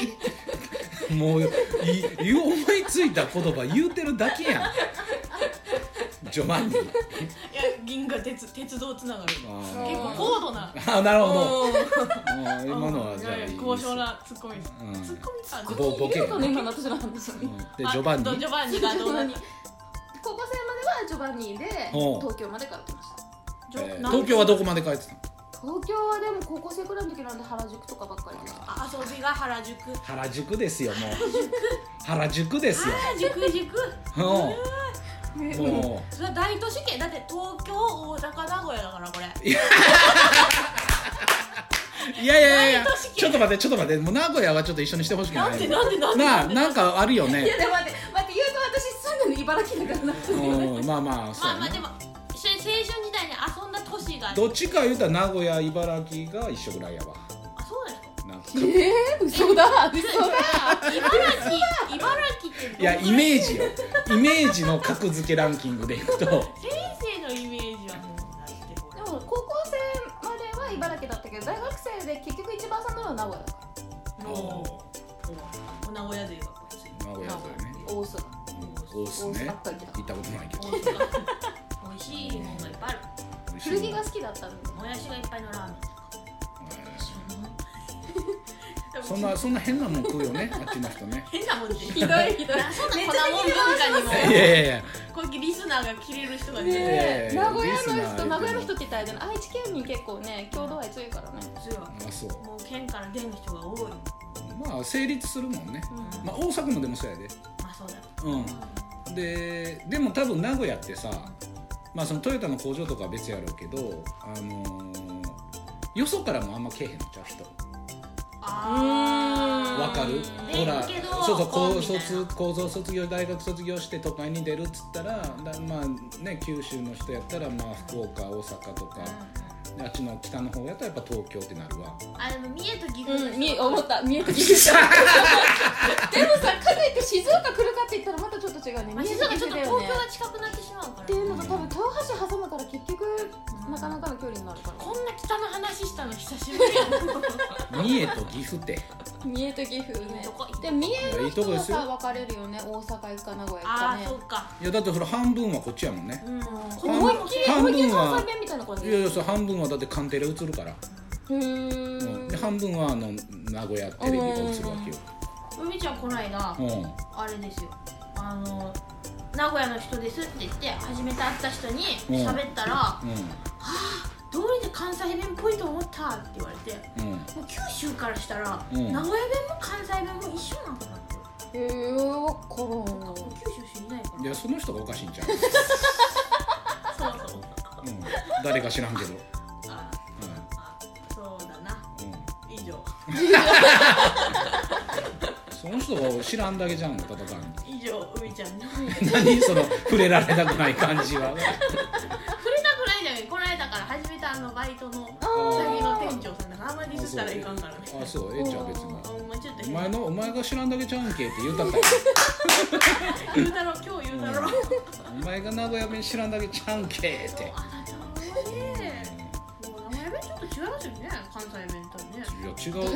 [SPEAKER 2] もういい思いついた言葉言うてるだけやんジョバンニ
[SPEAKER 4] いや銀河鉄鉄道つながる
[SPEAKER 2] あ
[SPEAKER 3] うん
[SPEAKER 2] ー
[SPEAKER 4] 結構高度な
[SPEAKER 2] あーなるほど
[SPEAKER 4] うん
[SPEAKER 2] あー今のはじゃあ
[SPEAKER 4] い
[SPEAKER 2] い
[SPEAKER 4] や
[SPEAKER 2] いで
[SPEAKER 4] い
[SPEAKER 2] す
[SPEAKER 4] や高尚なツッコミです
[SPEAKER 2] うん
[SPEAKER 4] ツッコミさ
[SPEAKER 2] ぼボ ケ
[SPEAKER 3] いるのかね今の私の話
[SPEAKER 2] うん
[SPEAKER 3] に
[SPEAKER 2] でジョバンニ
[SPEAKER 4] あジョバンニがどうなに
[SPEAKER 3] 高校生まではジョバンニで
[SPEAKER 2] おう
[SPEAKER 3] 東京までから来ました
[SPEAKER 2] えー東京はどこまで帰ってたの
[SPEAKER 3] 東京はでも高校生くらいの時なんで原宿とかばっかりでした
[SPEAKER 1] あ遊びが原宿
[SPEAKER 2] 原宿ですよもう原宿ですよ
[SPEAKER 1] 原宿宿
[SPEAKER 2] うんも
[SPEAKER 1] それは大都市圏だって東京大阪名古屋だからこれ
[SPEAKER 2] ういやいやいやちょっと待ってちょっと待ってもう名古屋はちょっと一緒にしてほしくない
[SPEAKER 4] なんでなんでなんで
[SPEAKER 2] なあなんかあるよ
[SPEAKER 3] いや
[SPEAKER 2] ね
[SPEAKER 3] でも待って待って言うと私住んでるの茨城だからな
[SPEAKER 2] うんまあまあそう
[SPEAKER 1] まあ
[SPEAKER 2] や
[SPEAKER 1] まあで
[SPEAKER 2] ね
[SPEAKER 1] もし青春時代に遊んだ都市が
[SPEAKER 2] どっちか言うたら名古屋茨城が一緒ぐらいやわ
[SPEAKER 1] あそうですか
[SPEAKER 2] なんか
[SPEAKER 3] ええ嘘だ嘘
[SPEAKER 1] 茨城茨城って
[SPEAKER 2] いやイメージよイメージの格付けランキングでいくと
[SPEAKER 1] 先生のイメージはもうだってこ
[SPEAKER 3] でも高校生までは茨城だったけど大学生で結局一番遊んだのは名古屋だか
[SPEAKER 1] れもうお名古屋勢がこっち
[SPEAKER 2] 名古屋だよね
[SPEAKER 3] ら大須が
[SPEAKER 2] うん大須ね
[SPEAKER 3] 大須あったっけ
[SPEAKER 2] 行ったことないけど
[SPEAKER 1] 大阪 美味しいもんがいっぱいある
[SPEAKER 2] 美味しい
[SPEAKER 3] 古着が好きだったんで
[SPEAKER 1] もやしがいっぱいのラーメン
[SPEAKER 2] えーそんなそんな変なもん食うよねあっちの人 ね
[SPEAKER 1] 変なもんってひ
[SPEAKER 3] ひどいひどい
[SPEAKER 1] そんな粉もん文化にも
[SPEAKER 2] いやいやいや
[SPEAKER 1] こういうリスナーが切れる人が
[SPEAKER 3] ね
[SPEAKER 1] ね
[SPEAKER 2] え
[SPEAKER 3] え名古屋
[SPEAKER 2] リ
[SPEAKER 3] の
[SPEAKER 2] スナー
[SPEAKER 3] 人名古屋の人って言ったらあれじゃない愛知県に結構ね郷土愛強いからね
[SPEAKER 1] 強い
[SPEAKER 2] あそう
[SPEAKER 1] もう県から出る人が多い
[SPEAKER 2] まあ成立するもんね、
[SPEAKER 1] うん
[SPEAKER 2] まあ、大阪もでもそうやで
[SPEAKER 1] まあそうだ
[SPEAKER 2] うんででも多分名古屋ってさまあそのトヨタの工場とかは別やろうけどあのーよそからもあんま来えへんのちゃう人
[SPEAKER 1] あ
[SPEAKER 2] わかる
[SPEAKER 1] うん
[SPEAKER 2] ほら
[SPEAKER 1] 出るけど
[SPEAKER 2] そうそう
[SPEAKER 1] こう
[SPEAKER 2] 高
[SPEAKER 1] みたいな
[SPEAKER 2] 卒高卒卒業大学卒業して都会に出るっつったらだまあね九州の人やったらまあ福岡大阪とか、であっちの北の方やったらやっぱ東京ってなるわ
[SPEAKER 1] あでも三重と岐阜の
[SPEAKER 3] うん、
[SPEAKER 1] 人
[SPEAKER 3] み思った見えてきてたでもさかといって静岡来るかって言ったらまたちょっと違うね
[SPEAKER 1] まあ、
[SPEAKER 3] 見え
[SPEAKER 1] 静
[SPEAKER 3] て
[SPEAKER 1] 岡
[SPEAKER 3] き
[SPEAKER 1] ちょ
[SPEAKER 3] てた
[SPEAKER 1] っと東
[SPEAKER 3] よね
[SPEAKER 1] 京が近くなってしまうか
[SPEAKER 3] っ
[SPEAKER 1] ら
[SPEAKER 3] ていうのと多分豊橋挟むから結局なかなかの距離になるから
[SPEAKER 1] こんな北の話したの久しぶりやもん
[SPEAKER 2] 三重と岐阜って
[SPEAKER 3] 三重と岐阜
[SPEAKER 1] いい
[SPEAKER 3] ね
[SPEAKER 1] とこいいとこ
[SPEAKER 3] でも三重の人
[SPEAKER 2] いやいいとこで
[SPEAKER 3] は
[SPEAKER 2] すよ
[SPEAKER 3] さ分かれるよね大阪行くか名古屋行くか
[SPEAKER 1] あ
[SPEAKER 3] ね
[SPEAKER 1] あそうか
[SPEAKER 2] いやだってそれ半分はこっちやもんね
[SPEAKER 1] うん
[SPEAKER 2] ん
[SPEAKER 1] 思いっきり
[SPEAKER 2] 半
[SPEAKER 1] 思いっきり
[SPEAKER 2] 分は
[SPEAKER 1] 関西弁みたいな感
[SPEAKER 2] い
[SPEAKER 1] じ
[SPEAKER 2] やいやそう半分はだって官邸で映るから、
[SPEAKER 3] うー
[SPEAKER 2] うんん、で半分はあの名古屋テレビが映るわけよ、
[SPEAKER 1] 海ちゃんこないだ
[SPEAKER 2] うん
[SPEAKER 1] あれですよあの名古屋の人ですって言って初めて会った人に喋ったら
[SPEAKER 2] う
[SPEAKER 1] 「どうりで関西弁っぽいと思った」って言われて
[SPEAKER 2] んうん
[SPEAKER 1] もう九州からしたら、
[SPEAKER 2] うん
[SPEAKER 1] 名古屋弁も関西弁も一緒なんかなって
[SPEAKER 3] えー、わからん
[SPEAKER 1] 九州知りないから
[SPEAKER 2] いやその人がおかしいんちゃう、
[SPEAKER 4] そうそう
[SPEAKER 2] うん、誰か知らんけど、
[SPEAKER 4] あ
[SPEAKER 1] そうだな
[SPEAKER 2] うんうん、
[SPEAKER 4] 以上
[SPEAKER 2] その人が知らんだけじゃんただ単
[SPEAKER 4] 以上海ちゃんの
[SPEAKER 2] に 何その触れられたくない感じ は
[SPEAKER 1] 触れたくないじゃないこの間から始めたあのバイトのうさぎの店長さんだからあんまりディスったらいかんからね
[SPEAKER 2] あそうええじゃん別に
[SPEAKER 1] あんまちょっと
[SPEAKER 2] お
[SPEAKER 1] 変
[SPEAKER 2] 前のお前が知らんだけじゃんけって言う たったよ
[SPEAKER 1] 言うだろ今日言うだろ、
[SPEAKER 2] お前が名古屋弁知らんだけじゃんけって
[SPEAKER 1] あなたはねもう名古屋弁ちょっと違いますよね関西弁とね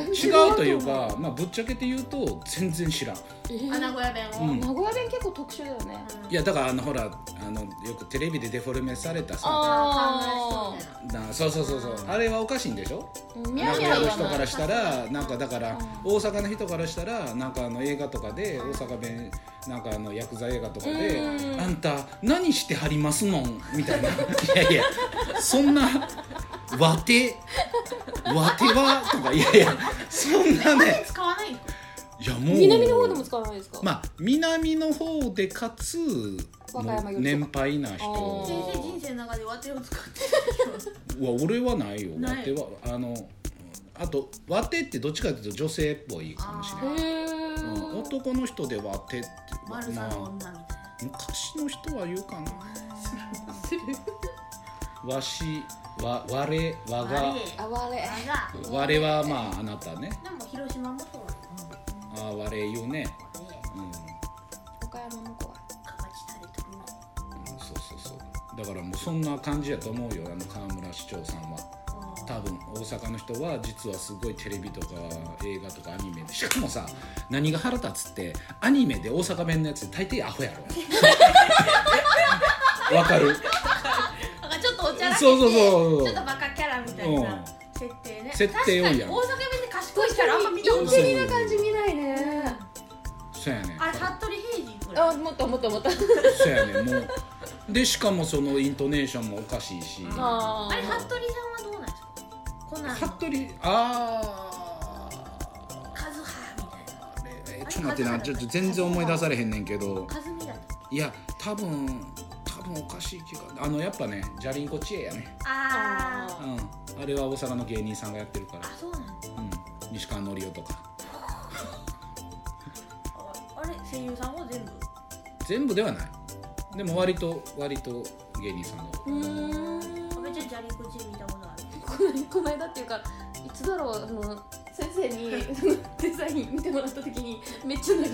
[SPEAKER 2] いや違 う違うというか、まあ、ぶっちゃけて言うと全然知らん
[SPEAKER 3] えー
[SPEAKER 1] あ名古屋弁を、
[SPEAKER 2] うん
[SPEAKER 3] 名古屋弁結構特殊だよね
[SPEAKER 2] いやだからあのほらあのよくテレビでデフォルメされたさ
[SPEAKER 1] あー考えそうだよ
[SPEAKER 2] なそうそうそうそうあれはおかしいんでしょ
[SPEAKER 3] うんミャ
[SPEAKER 2] 名
[SPEAKER 3] ン
[SPEAKER 2] 古
[SPEAKER 3] ミャ
[SPEAKER 2] 屋
[SPEAKER 3] ン
[SPEAKER 2] の
[SPEAKER 3] は
[SPEAKER 2] 人か
[SPEAKER 3] ない
[SPEAKER 2] らしたらなんかだから大阪の人からしたらなんかあの映画とかで大阪弁なんかあの薬剤映画とかで「あんた何してはりますのん」みたいな 「いやいやそんなわてわては」とか「いやいやそんなね
[SPEAKER 1] 使わないの
[SPEAKER 2] いやもう
[SPEAKER 3] 南の方でも使わないですか、
[SPEAKER 2] まあ南の方でかつ
[SPEAKER 3] 和歌山よりとか
[SPEAKER 2] 年配な人
[SPEAKER 3] あー
[SPEAKER 1] 先生人生の中でワテを 使って
[SPEAKER 2] うわ俺はないよ
[SPEAKER 1] ない
[SPEAKER 2] ワテはあのあとワテってどっちかというと女性っぽいかもしれない、
[SPEAKER 3] へえ
[SPEAKER 2] うん、男の人でワテってま
[SPEAKER 1] 丸さの
[SPEAKER 2] あ
[SPEAKER 1] 女みたいな
[SPEAKER 2] 昔の人は言う かなわしわ我我が
[SPEAKER 1] あれ
[SPEAKER 3] あわれ
[SPEAKER 1] あが
[SPEAKER 2] 我はまああなたね
[SPEAKER 1] でも広島もそうだ
[SPEAKER 2] ああ我言うね、
[SPEAKER 1] もんね
[SPEAKER 2] うんうん、
[SPEAKER 3] 岡山も怖い
[SPEAKER 1] かばちたりとも
[SPEAKER 2] そうそうそうだからもうそんな感じやと思うよあの河村市長さんは多分大阪の人は実はすごいテレビとか映画とかアニメでしかもさ何が腹立つってアニメで大阪弁のやつ大抵アホや ろわかる
[SPEAKER 1] なんかちょっとおちゃらけて
[SPEAKER 2] そうそうそう
[SPEAKER 1] ちょっとバカキャラみたいな設定ね
[SPEAKER 2] 設定多いやん
[SPEAKER 1] 確かに大阪弁で賢いキャラあんま見たこと
[SPEAKER 3] イン
[SPEAKER 1] な
[SPEAKER 3] テ
[SPEAKER 1] い
[SPEAKER 3] リな感じ見ないね
[SPEAKER 2] そうやねん
[SPEAKER 1] あれ服部平次くらい
[SPEAKER 3] あもっともっともっと
[SPEAKER 2] そうやねんもうでしかもそのイントネーションもおかしいし
[SPEAKER 3] あ
[SPEAKER 1] あれ服部さんはどうなんですかコナンの
[SPEAKER 2] 服部あー
[SPEAKER 1] カズハみたいな
[SPEAKER 2] あれえちょっと待ってなちょっと全然思い出されへんねんけど
[SPEAKER 1] カズミだった
[SPEAKER 2] いや多分多分おかしい気があのやっぱねじゃりんこ知恵やね
[SPEAKER 1] あー
[SPEAKER 2] うんあれは大阪の芸人さんがやってるから
[SPEAKER 1] あそうなんだ
[SPEAKER 2] うん、西川のりおとか
[SPEAKER 1] あれ声優さんは全部
[SPEAKER 2] 全部ではないでも割と割と芸人さんが
[SPEAKER 3] うー
[SPEAKER 1] めっ
[SPEAKER 3] ん
[SPEAKER 1] ちゃジャリコチ見たことある
[SPEAKER 3] このこの間っていうかいつだろうあの先生に デザイン見てもらった時にめっちゃ流れ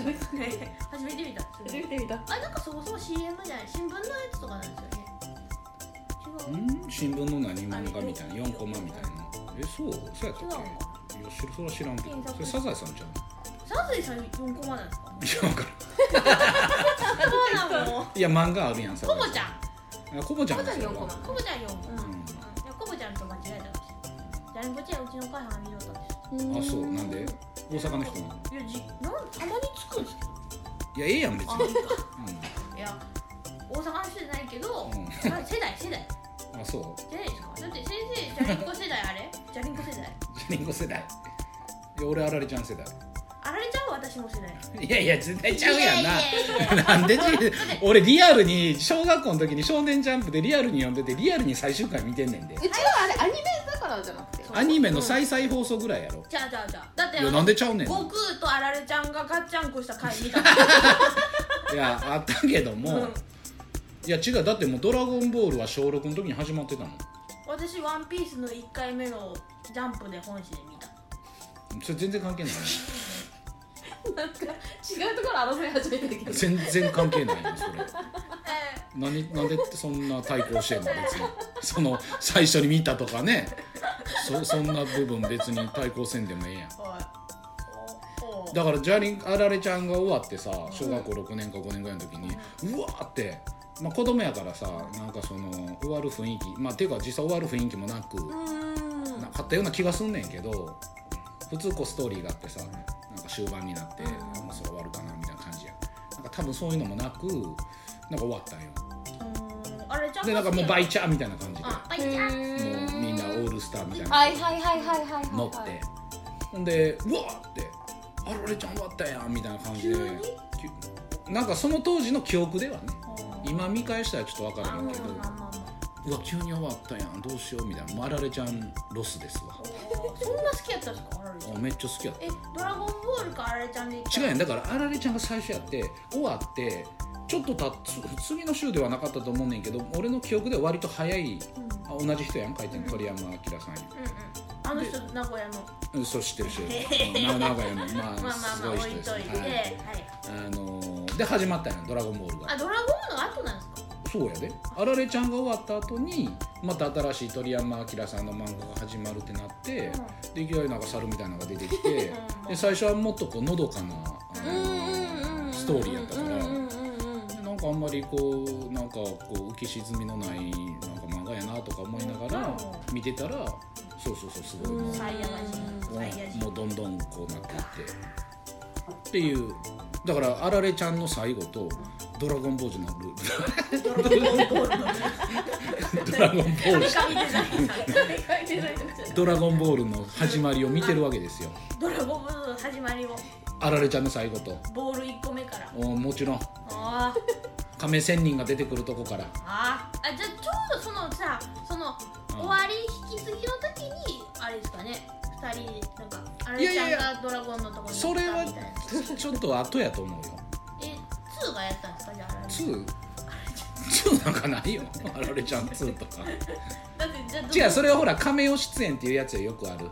[SPEAKER 3] て
[SPEAKER 1] 初めて見た
[SPEAKER 3] 初めて見た
[SPEAKER 1] あれなんかそもそも CM じゃない新聞のやつとかなんですよね違う
[SPEAKER 2] うん新聞の何漫画みたいな4コマみたいなえそうそうやったっ
[SPEAKER 1] 違うのか
[SPEAKER 2] けいや知るそれは知らんけど
[SPEAKER 1] 検索
[SPEAKER 2] それサザエさんちゃう
[SPEAKER 1] サズイさん4コマなんですか
[SPEAKER 2] いや分から
[SPEAKER 1] そうなの
[SPEAKER 2] んいや漫画あるやんサザ
[SPEAKER 1] コ
[SPEAKER 2] エ
[SPEAKER 1] ボちゃん
[SPEAKER 2] さんコボちゃん
[SPEAKER 3] コボちゃん
[SPEAKER 2] それは
[SPEAKER 3] 四コ
[SPEAKER 1] コボちゃん4コマ
[SPEAKER 2] うん
[SPEAKER 1] いやコボちゃんと間違えたんですよジャリコチはうちのお母さんが見ようとって
[SPEAKER 2] あそうなんで大阪の人なの
[SPEAKER 1] いやじなんたまにつくんですけど
[SPEAKER 2] いやええやん別
[SPEAKER 1] あ
[SPEAKER 2] に
[SPEAKER 1] いいかいや大阪の人じゃないけど、
[SPEAKER 2] うん
[SPEAKER 1] 世代世代世代
[SPEAKER 2] うんあそ
[SPEAKER 1] じゃないですかだって先生ジャリンコ世代あれジャリンコ世代
[SPEAKER 2] うジャリンコ世代いや俺あられちゃん世代
[SPEAKER 1] あられちゃんは私も世代
[SPEAKER 2] いやいや絶対ちゃうやんない
[SPEAKER 1] いい や
[SPEAKER 2] なんでじ俺リアルに小学校の時に「少年ジャンプ」でリアルに読んでてリアルに最終回見てんねんで
[SPEAKER 3] うちはあれアニメだからじゃなくて
[SPEAKER 2] アニメの再々放送ぐらいやろ
[SPEAKER 1] じゃあじゃあじゃあだって
[SPEAKER 2] いやなんでちゃうねん
[SPEAKER 1] 悟
[SPEAKER 2] い
[SPEAKER 1] 空とあられちゃんがガッチャンコした回見た
[SPEAKER 2] やあったけども、
[SPEAKER 1] うん
[SPEAKER 2] いや違うだってもう「ドラゴンボール」は小6の時に始まってたもん
[SPEAKER 1] 私ワンピースの1回目のジャンプで本誌で見た
[SPEAKER 2] それ全然関係ないね
[SPEAKER 3] なんか違うところ争い始めたけど
[SPEAKER 2] 全然関係ないよそれ
[SPEAKER 1] え
[SPEAKER 2] 何なんでそんな対抗してんの別にその最初に見たとかねそそんな部分別に対抗せんでもええやん
[SPEAKER 1] ー、おい
[SPEAKER 2] だからジャリンあられちゃんが終わってさ小学校6年か5年ぐらいの時に、うわーって、まあ、子供やからさなんかその終わる雰囲気まあていうか実際終わる雰囲気もなく、
[SPEAKER 3] うん
[SPEAKER 2] なかったような気がすんねんけど普通こうストーリーがあってさなんか終盤になって、もうそれ終わるかなみたいな感じやなんか多分そういうのもなくなんか終わったんよ
[SPEAKER 1] うんあれじゃ
[SPEAKER 2] でなんかもうバ
[SPEAKER 1] イ
[SPEAKER 2] イチャーみたいな感じ
[SPEAKER 1] あ
[SPEAKER 2] で
[SPEAKER 1] バイちゃん
[SPEAKER 2] もうみんなオールスターみたいな
[SPEAKER 3] はいはいはいはいはいはいはい
[SPEAKER 2] 乗ってほんでうわーってあられちゃん終わったやんみたいな感じできゅなんかその当時の記憶ではね今見返したらちょっと分かるんだけど
[SPEAKER 1] まあまあま
[SPEAKER 2] うわ急に終わったやんどうしようみたいなもうあられちゃんロスですわ
[SPEAKER 1] あそんな好きやったんですかあられちゃん
[SPEAKER 2] あめっちゃ好きやった
[SPEAKER 1] えドラゴンボールかあられちゃんで言った
[SPEAKER 2] 違う
[SPEAKER 1] ら
[SPEAKER 2] やんだからあられちゃんが最初やって終わってちょっとたつ次の週ではなかったと思うねんけど俺の記憶では割と早い、あ同じ人やん書いてんの鳥山明さんや
[SPEAKER 1] うんうんあの人名古屋の
[SPEAKER 2] うんそう知ってる人うん名古屋のまあ
[SPEAKER 1] まあまあ
[SPEAKER 2] す
[SPEAKER 1] まあ
[SPEAKER 2] ごい人
[SPEAKER 1] 置い
[SPEAKER 2] です
[SPEAKER 1] といて、
[SPEAKER 2] ね、
[SPEAKER 1] はい、
[SPEAKER 2] はい、あのーで始まったやんドラゴンボールが
[SPEAKER 1] あドラゴンの後なんですか
[SPEAKER 2] そうやであられちゃんが終わった後にまた新しい鳥山明さんの漫画が始まるってなって、でいきなりなんか猿みたいなのが出てきてで最初はもっとこうのどかな、あのーストーリーやったから、
[SPEAKER 3] うんうんうん
[SPEAKER 2] なんかあんまりこうなんかこう浮き沈みのないなんか漫画やなとか思いながら見てたらそうそうそうすごいもう
[SPEAKER 1] サイヤ人サイヤ人
[SPEAKER 2] もうどんどんこうなっていってっていうだからあられちゃんの最後と「ドラゴンボール」のルールドラゴンボール
[SPEAKER 4] 見てない
[SPEAKER 2] ドラゴンボールの始まりを見てるわけですよ
[SPEAKER 1] ドラゴンボールの始まりを
[SPEAKER 2] あられちゃんの最後と
[SPEAKER 1] ボール1個目から
[SPEAKER 2] おもちろん
[SPEAKER 1] あー
[SPEAKER 2] 亀仙人が出てくるとこから
[SPEAKER 1] あーあじゃあちょうどそのさその
[SPEAKER 2] うん
[SPEAKER 1] 終わり引き継ぎの時にあれですかね二人なんかあれ
[SPEAKER 2] いやい
[SPEAKER 1] ちゃ
[SPEAKER 2] や
[SPEAKER 1] ん
[SPEAKER 2] いや
[SPEAKER 1] がドラゴンのとこに
[SPEAKER 2] それは
[SPEAKER 1] 行ったみたいな
[SPEAKER 2] ちょっと後やと思うよ
[SPEAKER 1] えツーがやったんですかじゃああれ
[SPEAKER 2] 2ツーなんかないよあられちゃん2とか
[SPEAKER 1] だってじゃあどう
[SPEAKER 2] 違うそれはほら亀尾出演っていうやつはよくある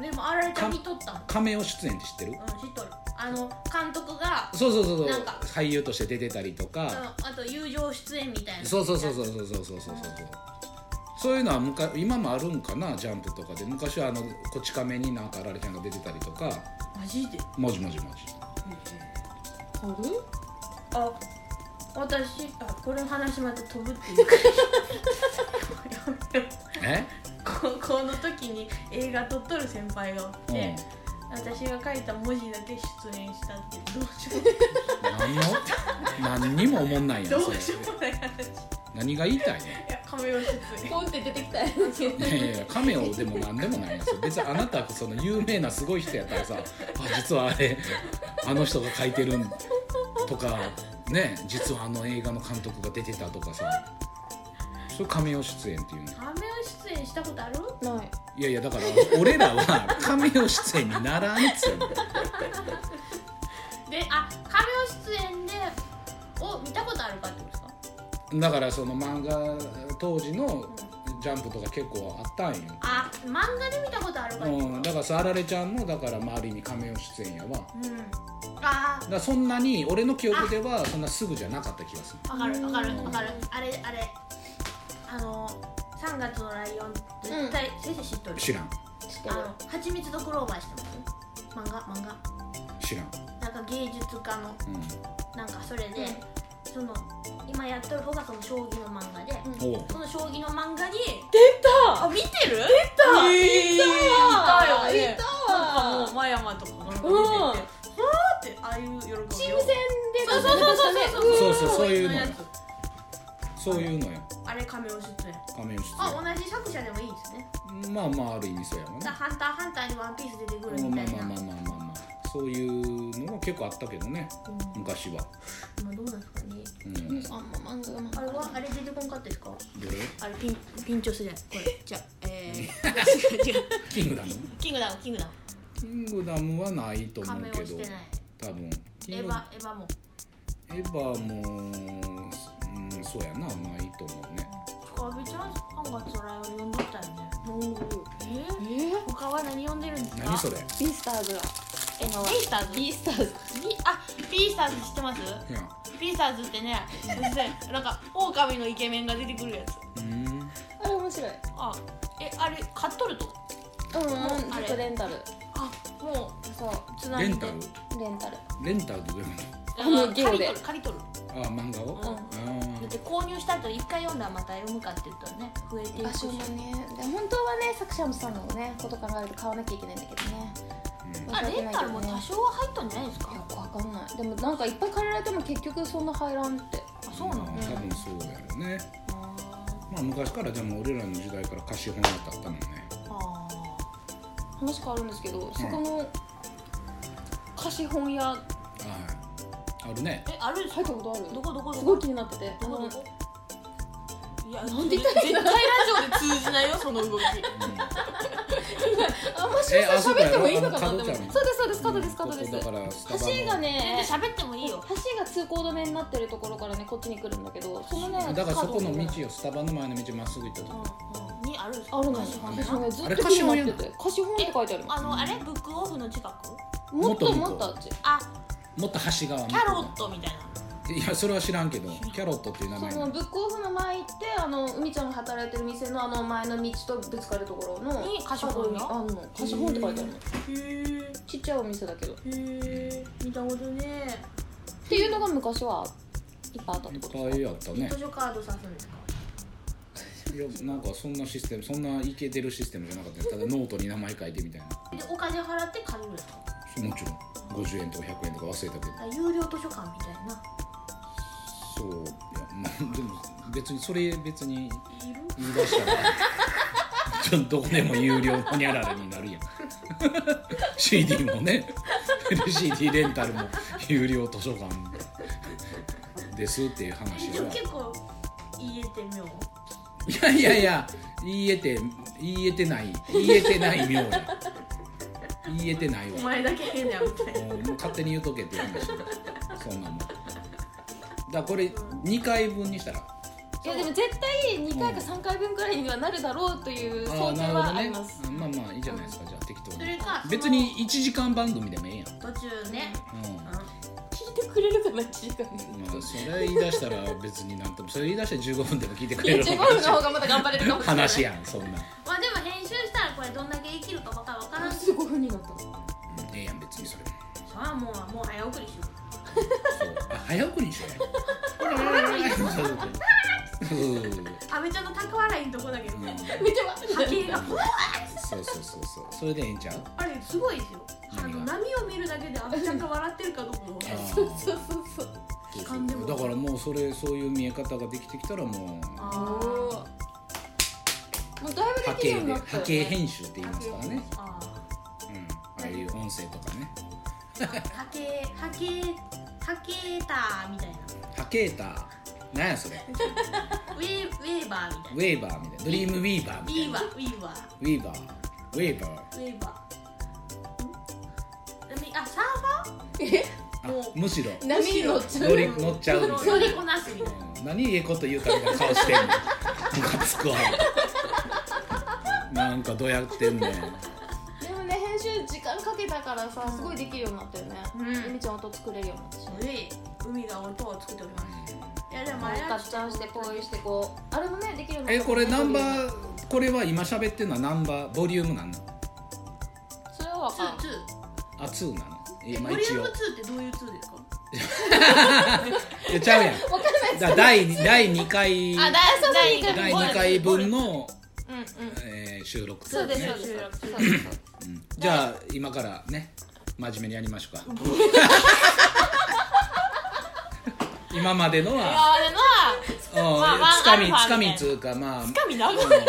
[SPEAKER 1] でもあられちゃん見とったの
[SPEAKER 2] 亀尾出演って知ってる
[SPEAKER 1] うん知っとるあの監督が
[SPEAKER 2] そうそうそうそう
[SPEAKER 1] なんか
[SPEAKER 2] 俳優として出てたりと
[SPEAKER 1] あ
[SPEAKER 2] か
[SPEAKER 1] のあと友情出演みたいな
[SPEAKER 2] そうそうそうそうそうそうそうそうそうそういうのはむか今もあるんかなジャンプとかで昔はあのこち亀になんかあられちゃんが出てたりとか
[SPEAKER 4] マジで
[SPEAKER 2] もじもじもじ
[SPEAKER 1] あ私あこれの話また飛 ぶっていうか
[SPEAKER 2] え
[SPEAKER 4] 高校の時に映画撮っとる先輩がおっ
[SPEAKER 2] うん
[SPEAKER 4] て、私が書いた文字だけ出演したってどうしよ
[SPEAKER 2] 何の 何にも思んないやん
[SPEAKER 4] うど
[SPEAKER 2] そうれ
[SPEAKER 4] しようもない話い
[SPEAKER 2] 何が言いたいねん
[SPEAKER 4] や亀を出演
[SPEAKER 3] ポンって出てきたよ
[SPEAKER 2] いやいや亀をでも何でもないんですよ別にあなたその有名なすごい人やったらさあ実はあれあの人が書いてるんとかね実はあの映画の監督が出てたとかさそれ亀尾出演っていうね
[SPEAKER 1] カメオ出演したことある
[SPEAKER 3] ない
[SPEAKER 2] いやいやだから俺らは亀尾出演にならんっつうの
[SPEAKER 1] であカメオ出演でを見たことあるかってことですか
[SPEAKER 2] だからその漫画当時のジャンプとか結構あったんよ
[SPEAKER 1] あ漫画で見たことあるかってこと
[SPEAKER 2] うん、だからさあられちゃんもだからまあある意味亀尾出演やわだか
[SPEAKER 1] うんあ
[SPEAKER 2] らそんなに俺の記憶ではそんなすぐじゃなかった気がする
[SPEAKER 1] ーわかるわかるわかるあれあれあの3月のライオン絶対、先生知っとる
[SPEAKER 2] 知らん
[SPEAKER 1] あの蜂蜜とクローバーしてます漫画漫画
[SPEAKER 2] 知らん、
[SPEAKER 1] なんか芸術家の
[SPEAKER 2] う
[SPEAKER 1] なんかそれで、その今やっとる方がその将棋の漫画で、
[SPEAKER 2] ん、おう
[SPEAKER 1] その将棋の漫画に
[SPEAKER 4] あ見てる出た見たよね
[SPEAKER 3] いた
[SPEAKER 4] なん
[SPEAKER 3] わ
[SPEAKER 4] かもう真山とかが見てて
[SPEAKER 3] うん
[SPEAKER 4] はーってああいう喜びを
[SPEAKER 3] チーム戦で
[SPEAKER 4] そうそうそうそう
[SPEAKER 3] う
[SPEAKER 2] そうそうそういうの
[SPEAKER 4] や
[SPEAKER 2] よ
[SPEAKER 4] つ
[SPEAKER 2] そういうのよ
[SPEAKER 1] あれ亀尾出演
[SPEAKER 2] 仮面出
[SPEAKER 1] あ同じ作者でもいいですね
[SPEAKER 2] 演まあまあある意味そうやもんね
[SPEAKER 1] だハンターハンターにワンピース出てくる
[SPEAKER 2] まあ
[SPEAKER 1] みた
[SPEAKER 2] ま
[SPEAKER 1] い
[SPEAKER 2] あまあまあま
[SPEAKER 1] な、
[SPEAKER 2] あまあまあそういうのも結構あったけどね昔は、
[SPEAKER 1] 今どうなんですかね
[SPEAKER 2] うん、どれ
[SPEAKER 3] あんま漫画
[SPEAKER 1] あれ
[SPEAKER 3] 漫画
[SPEAKER 1] はあれ出てこんかったですかあれピンピンチョスじゃないこれじゃえ ー、違う違う
[SPEAKER 2] キングダム
[SPEAKER 1] キングダムキングダム
[SPEAKER 2] キングダムはないと思
[SPEAKER 1] 仮
[SPEAKER 2] う
[SPEAKER 1] 面を
[SPEAKER 2] け
[SPEAKER 1] し
[SPEAKER 2] ど
[SPEAKER 1] てない
[SPEAKER 2] 多分
[SPEAKER 1] エ
[SPEAKER 2] キン
[SPEAKER 1] ヴ
[SPEAKER 2] グ
[SPEAKER 1] ァエヴァも
[SPEAKER 2] エヴァもうんそうやなないと思うね
[SPEAKER 1] 阿部ちゃん3月のライオン読んどったよねえ
[SPEAKER 3] え
[SPEAKER 1] ー、
[SPEAKER 3] ー
[SPEAKER 1] 他は何読んでるんですか
[SPEAKER 2] 何それ
[SPEAKER 3] ビースターズが
[SPEAKER 1] えビースターズ
[SPEAKER 3] ビースターズ
[SPEAKER 1] ビあビースターズ知ってます
[SPEAKER 2] いや
[SPEAKER 1] ビースターズってね先生なんか狼のイケメンが出てくるやつ
[SPEAKER 2] うん
[SPEAKER 3] あれ面白い
[SPEAKER 1] あえあれ買っとると
[SPEAKER 3] うんうん
[SPEAKER 1] あれ
[SPEAKER 3] ずっとレンタル
[SPEAKER 1] あも
[SPEAKER 3] そう
[SPEAKER 1] うつな
[SPEAKER 2] レ
[SPEAKER 1] げ
[SPEAKER 2] ンタ
[SPEAKER 1] て
[SPEAKER 2] ル
[SPEAKER 3] レンタル
[SPEAKER 2] レンタルってどういうこ
[SPEAKER 1] あの
[SPEAKER 3] ゲオで
[SPEAKER 1] 借りとる
[SPEAKER 2] とああ漫画を、
[SPEAKER 1] うん
[SPEAKER 2] あ
[SPEAKER 1] 借りとるだ
[SPEAKER 2] ー
[SPEAKER 1] って購入した後一回読んだらまた読むかって言ったらね増えてい
[SPEAKER 3] 場
[SPEAKER 1] くし
[SPEAKER 3] 所もねで本当はね作者もさんのねこと考えると買わなきゃいけないんだけどね
[SPEAKER 2] うん
[SPEAKER 1] あレンタルも多少は入ったんじゃないです
[SPEAKER 3] いや
[SPEAKER 1] か
[SPEAKER 3] わかんないでもなんかいっぱい借りられても結局そんな入らんって
[SPEAKER 1] あそうなの
[SPEAKER 2] まあ多分そうやろうね、
[SPEAKER 1] あ
[SPEAKER 2] まあ、昔からでも俺らの時代から貸し本屋だったもんね
[SPEAKER 1] ーあー
[SPEAKER 3] 話変わるんですけどそこの貸本屋入
[SPEAKER 2] はいあるね
[SPEAKER 1] えあるんですか
[SPEAKER 3] ったことある
[SPEAKER 1] どこどこ
[SPEAKER 3] す
[SPEAKER 1] ど
[SPEAKER 3] ごい
[SPEAKER 1] こ
[SPEAKER 3] 気になってて
[SPEAKER 1] どこどこいや
[SPEAKER 3] なんで痛い
[SPEAKER 1] 絶対ラジオで通じないよその動き
[SPEAKER 3] あんましさん喋ってもいいのかなって思って
[SPEAKER 2] えあそこやろあの角ちゃんの
[SPEAKER 3] そうですそうです角です
[SPEAKER 2] こ
[SPEAKER 3] 角で
[SPEAKER 2] こだ
[SPEAKER 3] す
[SPEAKER 2] からスタバ
[SPEAKER 3] 橋がね
[SPEAKER 1] 喋ってもいいよ
[SPEAKER 3] 橋が通行止めになってるところからねこっちに来るんだけどそのね
[SPEAKER 2] だからそこの
[SPEAKER 3] 角
[SPEAKER 2] 道をスタバの前の道まっすぐ行ったとこ
[SPEAKER 1] うんにあるんですか
[SPEAKER 3] あるの
[SPEAKER 1] 貸し
[SPEAKER 3] 貸
[SPEAKER 1] 本
[SPEAKER 3] 本屋ず
[SPEAKER 2] あれ
[SPEAKER 3] っと気になっ
[SPEAKER 2] 貸本
[SPEAKER 3] てて貸本って書いてある
[SPEAKER 1] あのあれブックオフの近く
[SPEAKER 3] もっと
[SPEAKER 2] も
[SPEAKER 3] も
[SPEAKER 2] っと
[SPEAKER 3] っとあっち
[SPEAKER 1] あ
[SPEAKER 2] もっと橋側の
[SPEAKER 1] キャロットみたいない
[SPEAKER 2] やそれは知らんけどキャロットっていう名前
[SPEAKER 3] そのブックオフの前行ってあの海ちゃんが働いてる店のあの前の道とぶつかるところの
[SPEAKER 1] に貸本屋
[SPEAKER 3] あんの貸本って書いてあるの
[SPEAKER 1] へえ
[SPEAKER 3] ちっちゃいお店だけどっ
[SPEAKER 1] へえ見たことね
[SPEAKER 3] ていうのが昔はいっぱいあったってこと
[SPEAKER 2] いっぱいあったね
[SPEAKER 1] 図書カードさすんですか
[SPEAKER 2] いやなんかそんなシステムそんなイケてるシステムじゃなかったよただノートに名前書いてみたいな
[SPEAKER 1] でお金払って借りるんですか
[SPEAKER 2] もちろん50円とか100円とか忘れたけど
[SPEAKER 1] あ有料図書館みたいな
[SPEAKER 2] そういやまあでも別にそれ別に言い出したらちょっとどこでも有料ほにゃららになるやん CD もね CD レンタルも有料図書館ですっていう話
[SPEAKER 1] えで
[SPEAKER 2] や
[SPEAKER 1] も
[SPEAKER 2] わ
[SPEAKER 1] 結構言えてみよう
[SPEAKER 2] いやいやいや言えて言えてない言えてない妙や言えてないわも
[SPEAKER 1] 前だけ変だよみたいな
[SPEAKER 2] うもう勝手に言うとけっていう話そんなもんだからこれ2回分にしたら
[SPEAKER 3] いやでも絶対2回か3回分くらいにはなるだろうという
[SPEAKER 2] あ
[SPEAKER 3] 想
[SPEAKER 2] ー
[SPEAKER 3] 定
[SPEAKER 2] なる
[SPEAKER 3] はあり
[SPEAKER 2] ほど
[SPEAKER 3] ま
[SPEAKER 2] ね
[SPEAKER 3] す
[SPEAKER 2] うんまあまあいいじゃないですかじゃあ適当
[SPEAKER 1] そ
[SPEAKER 2] に
[SPEAKER 1] れか
[SPEAKER 2] 別に1時間番組でもええやん、
[SPEAKER 1] その途中ね
[SPEAKER 2] うんま
[SPEAKER 3] 聞いてくれるかな1時間
[SPEAKER 2] あ、それ言い出したら別になんともそれ言い出したら15分でも聞いてく
[SPEAKER 3] いや
[SPEAKER 2] れる
[SPEAKER 3] 15分の方がまた頑張れるかもしれない
[SPEAKER 2] 話やんそんなん、うん
[SPEAKER 1] まあでも編集したらこれどんだけ生きるかわからわからんし
[SPEAKER 3] すごい分になった
[SPEAKER 2] ええやん別にそれも
[SPEAKER 1] そらもうもう早送りしよう
[SPEAKER 2] そうあ早送りにしようや そうそうそう
[SPEAKER 1] 阿部ちゃんの高笑いのとこだけど
[SPEAKER 2] うん
[SPEAKER 1] ね
[SPEAKER 3] めっちゃ待
[SPEAKER 1] 波形が
[SPEAKER 2] そうそうそうそうそれでええんちゃう
[SPEAKER 1] あれすごいですよあの
[SPEAKER 2] 何が
[SPEAKER 1] 波を見るだけで阿部ちゃんが笑ってるかどうかも
[SPEAKER 2] あー
[SPEAKER 3] そうそうそうそう
[SPEAKER 2] そう
[SPEAKER 1] かんでも
[SPEAKER 2] だからもうそれそういう見え方ができてきたらもう
[SPEAKER 1] あ
[SPEAKER 3] おーもうだいぶ
[SPEAKER 2] 波
[SPEAKER 3] できるよう
[SPEAKER 2] 形
[SPEAKER 3] に
[SPEAKER 2] で
[SPEAKER 3] なったよ
[SPEAKER 2] 波形
[SPEAKER 3] ね
[SPEAKER 2] 編集って言いますからね、
[SPEAKER 1] あ
[SPEAKER 2] うん、ああいう音声とかね
[SPEAKER 1] ー波形波形波形ターみたいな
[SPEAKER 2] ハケーターなんやそれ
[SPEAKER 1] ウェーウェーバーみたい
[SPEAKER 2] ウ
[SPEAKER 1] な
[SPEAKER 2] ェーバーみたいなドリームウィーバー
[SPEAKER 1] ウ
[SPEAKER 2] みた
[SPEAKER 1] ィ
[SPEAKER 2] い
[SPEAKER 1] ー
[SPEAKER 2] な
[SPEAKER 1] バーウィーバー
[SPEAKER 2] ウィーバーウェーバー
[SPEAKER 1] ウェーバーんあサーバ
[SPEAKER 2] あむしろ
[SPEAKER 3] 波に乗っちゃ
[SPEAKER 2] 乗
[SPEAKER 3] う
[SPEAKER 2] り乗っちゃうみ
[SPEAKER 1] ー
[SPEAKER 2] た
[SPEAKER 1] の乗
[SPEAKER 2] いな
[SPEAKER 1] りこなすみたいな
[SPEAKER 2] うん何ええこと言うたみたいな顔してんのムカつくわなんかどうやってんねん
[SPEAKER 3] でもね編集時間かけたからさすごいできるようになったよね
[SPEAKER 1] うん
[SPEAKER 3] ゆみちゃん音作れるようになったしね
[SPEAKER 1] 海海が音を作っておりますいやでもあれ
[SPEAKER 3] ガ
[SPEAKER 1] は
[SPEAKER 3] ッチャンしてこういうしてこうあれもねできるようにな
[SPEAKER 2] え
[SPEAKER 3] った
[SPEAKER 2] これナンバーこれは今喋ってるのはナンバーボリュームなんの
[SPEAKER 3] それはわ
[SPEAKER 1] ツ
[SPEAKER 3] か
[SPEAKER 1] ー
[SPEAKER 3] ん
[SPEAKER 1] ツー
[SPEAKER 2] あ2なのい
[SPEAKER 1] え
[SPEAKER 2] やまあ
[SPEAKER 1] ボリュ
[SPEAKER 2] 一
[SPEAKER 1] ー
[SPEAKER 2] 応
[SPEAKER 1] ム2ってどういう2ですか
[SPEAKER 2] いやちゃうやん
[SPEAKER 3] わかんない
[SPEAKER 2] だから第二第2回
[SPEAKER 3] あだそうだいいか
[SPEAKER 2] 第2回分の、
[SPEAKER 3] うんうん
[SPEAKER 2] えー収録ってこ
[SPEAKER 3] そ
[SPEAKER 2] と
[SPEAKER 3] うです
[SPEAKER 2] ね
[SPEAKER 3] そうですそうですそうです
[SPEAKER 2] うんじゃあ今からね真面目にやりましょ うか今までのは
[SPEAKER 1] あれのはまあワン
[SPEAKER 2] つかみ
[SPEAKER 1] ア
[SPEAKER 2] つ
[SPEAKER 1] ルフ
[SPEAKER 2] か
[SPEAKER 1] ァみたい
[SPEAKER 2] み
[SPEAKER 1] な
[SPEAKER 2] つうかまあ
[SPEAKER 1] 神長い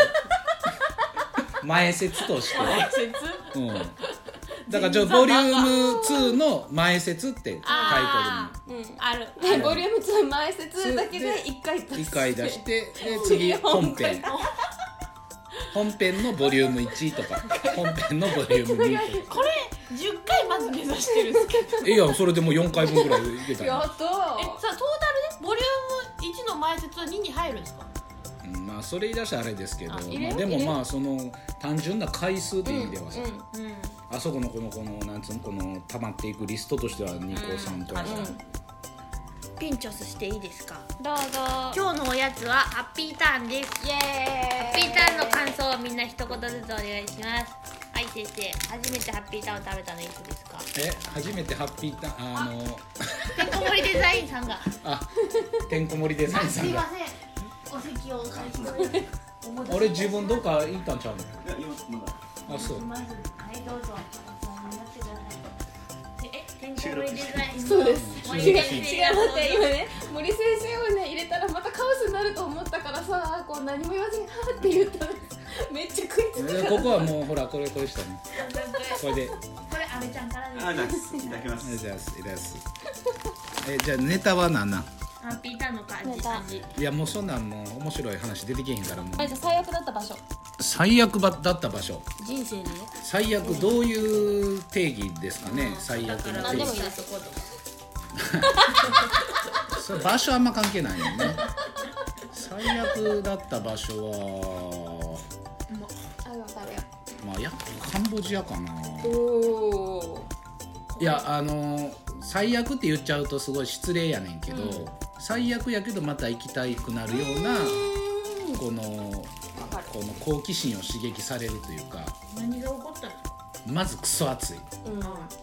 [SPEAKER 2] うん前説として、
[SPEAKER 1] 説
[SPEAKER 2] うん、 だからちょボリューム2の前説ってタイ
[SPEAKER 1] あ
[SPEAKER 2] ト
[SPEAKER 1] ーある
[SPEAKER 3] うんでボリューム2前説だけで1回出
[SPEAKER 2] ルに
[SPEAKER 3] して
[SPEAKER 2] 1回出して で次本編本編のボリューム1とか本編のボリューム2と
[SPEAKER 1] これ10回まず目指してるんですけど
[SPEAKER 2] かいやそれでも4回分ぐらいいけた
[SPEAKER 3] や
[SPEAKER 2] よ
[SPEAKER 3] っと
[SPEAKER 1] えさあトータルでボリューム1の前説は2に入るんですか
[SPEAKER 2] うんまあそれ言い出したらあれですけど
[SPEAKER 3] あ入れる
[SPEAKER 2] まあでも
[SPEAKER 3] 入れる
[SPEAKER 2] まあその単純な回数という意味ではさ、
[SPEAKER 3] うん
[SPEAKER 1] うん
[SPEAKER 2] あそこのこのこのなんつうのこの溜まっていくリストとしては2個3個、
[SPEAKER 1] うんピンチョスしていいですか
[SPEAKER 3] どうぞ
[SPEAKER 1] 今日のおやつはハッピーターンです
[SPEAKER 3] イエーイ
[SPEAKER 1] ハッピーターンの感想をみんな一言ずつお願いしますはい先生初めてハッピーターンを食べたのいつですか
[SPEAKER 2] え初めてハッピーターンあの
[SPEAKER 1] てんこ盛りデザインさんが
[SPEAKER 2] あてんこ盛りデザインさ
[SPEAKER 1] すい
[SPEAKER 2] ん
[SPEAKER 1] ま
[SPEAKER 2] が
[SPEAKER 1] せんお席をお借りしており
[SPEAKER 2] 俺自分どっか行ったんちゃう
[SPEAKER 5] いや今まだ
[SPEAKER 2] のあそう
[SPEAKER 1] まずはいどうぞお座りになってくださいえてんこ盛りデザインの
[SPEAKER 3] そうです
[SPEAKER 1] 森
[SPEAKER 3] 違う違う
[SPEAKER 1] 先
[SPEAKER 3] 待って
[SPEAKER 1] 生
[SPEAKER 3] 今ね森先生をね入れたらまたカオスになると思ったからさこう何も言わずにはーって言ったらめっちゃ食いつく
[SPEAKER 2] えここはもうほらこれこれしたねこれで
[SPEAKER 1] これ阿部ちゃんからです
[SPEAKER 5] あじゃあいただきま
[SPEAKER 2] ありが
[SPEAKER 5] す
[SPEAKER 2] とうございますいただきますえじゃあネタは何なん
[SPEAKER 1] ハッピーターンの感じ感じ
[SPEAKER 2] いやもうそんなんもう面白い話出てけへんからもう
[SPEAKER 3] あじゃあ最悪だった場所
[SPEAKER 2] 最悪ばだった場所
[SPEAKER 1] 人生で
[SPEAKER 2] 最悪どういう定義ですかね最悪の定
[SPEAKER 3] 何でもい
[SPEAKER 2] 義
[SPEAKER 3] い
[SPEAKER 1] そことか
[SPEAKER 2] それ場所あんま関係ないよね最悪だった場所は
[SPEAKER 3] あの食べよ
[SPEAKER 2] まあやっぱカンボジアかな
[SPEAKER 3] うおお
[SPEAKER 2] いやあの最悪って言っちゃうとすごい失礼やねんけど、最悪やけどまた行きたくなるようなこの
[SPEAKER 3] かる
[SPEAKER 2] この好奇心を刺激されるというか
[SPEAKER 1] 何が起こったんですか
[SPEAKER 2] まずクソ暑い、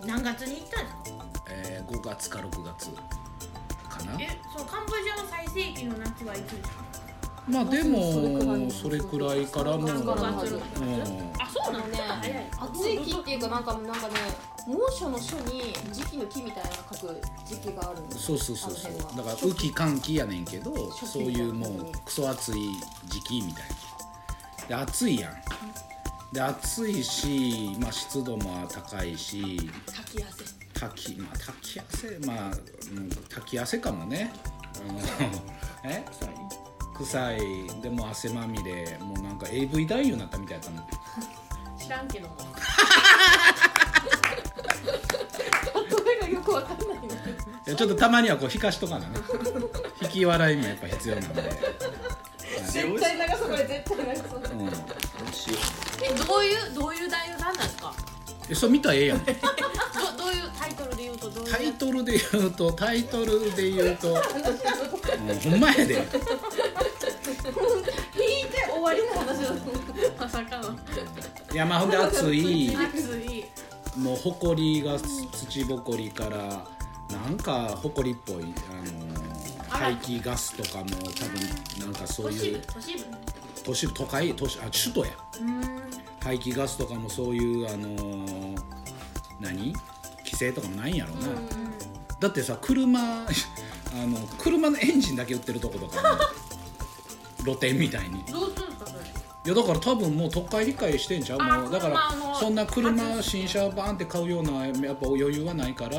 [SPEAKER 1] 何月に行ったんですか
[SPEAKER 2] えー5月か6月かな
[SPEAKER 1] えそのカンボジアの最盛期の夏はいつですか
[SPEAKER 2] まあでもそ
[SPEAKER 3] そ
[SPEAKER 2] れ
[SPEAKER 3] れ
[SPEAKER 2] く
[SPEAKER 3] く
[SPEAKER 2] ら
[SPEAKER 3] ら
[SPEAKER 2] い
[SPEAKER 3] い
[SPEAKER 2] からもう、う
[SPEAKER 3] それ
[SPEAKER 2] ん
[SPEAKER 3] くらいからもう、
[SPEAKER 1] あそうなのね
[SPEAKER 3] 暑い木っていうかなんかなんかね猛暑の書に時期の木みたいなの書く時期があるんです
[SPEAKER 2] そうそうそうそう
[SPEAKER 3] あの辺は
[SPEAKER 2] だから雨季寒季やねんけど
[SPEAKER 3] 初期
[SPEAKER 2] そういうもうクソ暑い時期みたいなで暑いやんで暑いし、まあ、湿度も高いし
[SPEAKER 4] 炊き
[SPEAKER 2] 滝
[SPEAKER 4] 汗
[SPEAKER 2] まあ滝汗まあ、うん、滝汗かもねうんえ
[SPEAKER 5] 臭い
[SPEAKER 2] 臭いでもう汗まみれもうなんか AV 男優になったみたいだったの
[SPEAKER 4] 知らんけども
[SPEAKER 3] 例えがよくわかんないね
[SPEAKER 2] いやちょっとたまにはこう引かしとかなね引き笑いもやっぱ必要なんで、
[SPEAKER 3] 絶対流そうこれ絶対流そう
[SPEAKER 2] うん
[SPEAKER 4] えどういうどういう内容なんですか
[SPEAKER 2] え、それ見たらええやん
[SPEAKER 4] どどういうタイトルで言うとどういう
[SPEAKER 2] タイトルで言うとタイトルで言うと、うん、ほんまやで
[SPEAKER 3] 引いて終わりの話だと思う
[SPEAKER 4] まさかの
[SPEAKER 2] いやまあほんで暑い
[SPEAKER 4] 暑い
[SPEAKER 2] もうほこりが土ぼこりからなんかほこりっぽい、あのー
[SPEAKER 4] あら
[SPEAKER 2] 排気ガスとかも多分なんかそう
[SPEAKER 1] 都市
[SPEAKER 2] い
[SPEAKER 1] 部
[SPEAKER 2] う
[SPEAKER 1] 都市部
[SPEAKER 2] 都市部都会都市あ首都や
[SPEAKER 1] うん
[SPEAKER 2] 排気ガスとかもそういうあのー何規制とかもないんやろうな、だってさ車 あの車のエンジンだけ売ってるとことかある露店みたいに
[SPEAKER 4] どうするんですかそれ
[SPEAKER 2] いやだから多分もう都会理解してんじゃん
[SPEAKER 4] あ
[SPEAKER 2] もうだから
[SPEAKER 4] 車の
[SPEAKER 2] そんな車新車バーンって買うようなやっぱ余裕はないから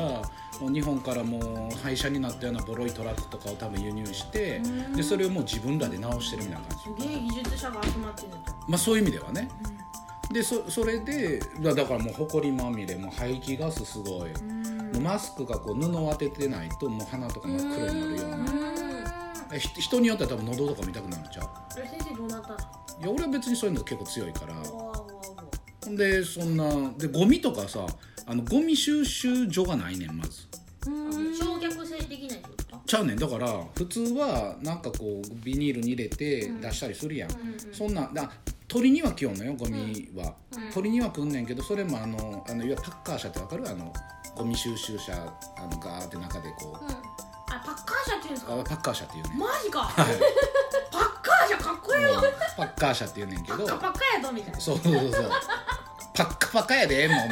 [SPEAKER 2] もう日本からもう廃車になったようなボロいトラックとかを多分輸入してでそれをもう自分らで直してるみたいな感じ
[SPEAKER 4] すげえ技術者が集まってるんだ
[SPEAKER 2] まあそういう意味ではね、でそそれでだだからもう埃まみれもう排気ガスすごい、もうマスクがこう布を当ててないともう鼻とかも黒になるようなえひ人によっては多分喉とか見たくなるんちゃう
[SPEAKER 4] え先生どうなったの
[SPEAKER 2] いや俺は別にそういうの結構強いから
[SPEAKER 4] わわわわ
[SPEAKER 2] ほんでそんなでゴミとかさあのゴミ収集所がないねんまず
[SPEAKER 1] 焼却性できないってこと
[SPEAKER 2] ちゃうねんだから普通はなんかこうビニールに入れて出したりするやん、そんなんだ鳥には来よんのよゴミは、鳥には来んねんけどそれもあのあのいわゆるパッカー車ってわかるあのゴミ収集車あのガーって中でこう、
[SPEAKER 4] あパッカー車って言うんですか
[SPEAKER 2] あパッカー車っていうねん
[SPEAKER 4] マジかパッカー車かっこいいわ
[SPEAKER 2] パッカー車っていうねんけ
[SPEAKER 4] パ
[SPEAKER 2] ど
[SPEAKER 4] ッカパッカやぞみたいな
[SPEAKER 2] そうそうそうそうパッカパカやでもうもう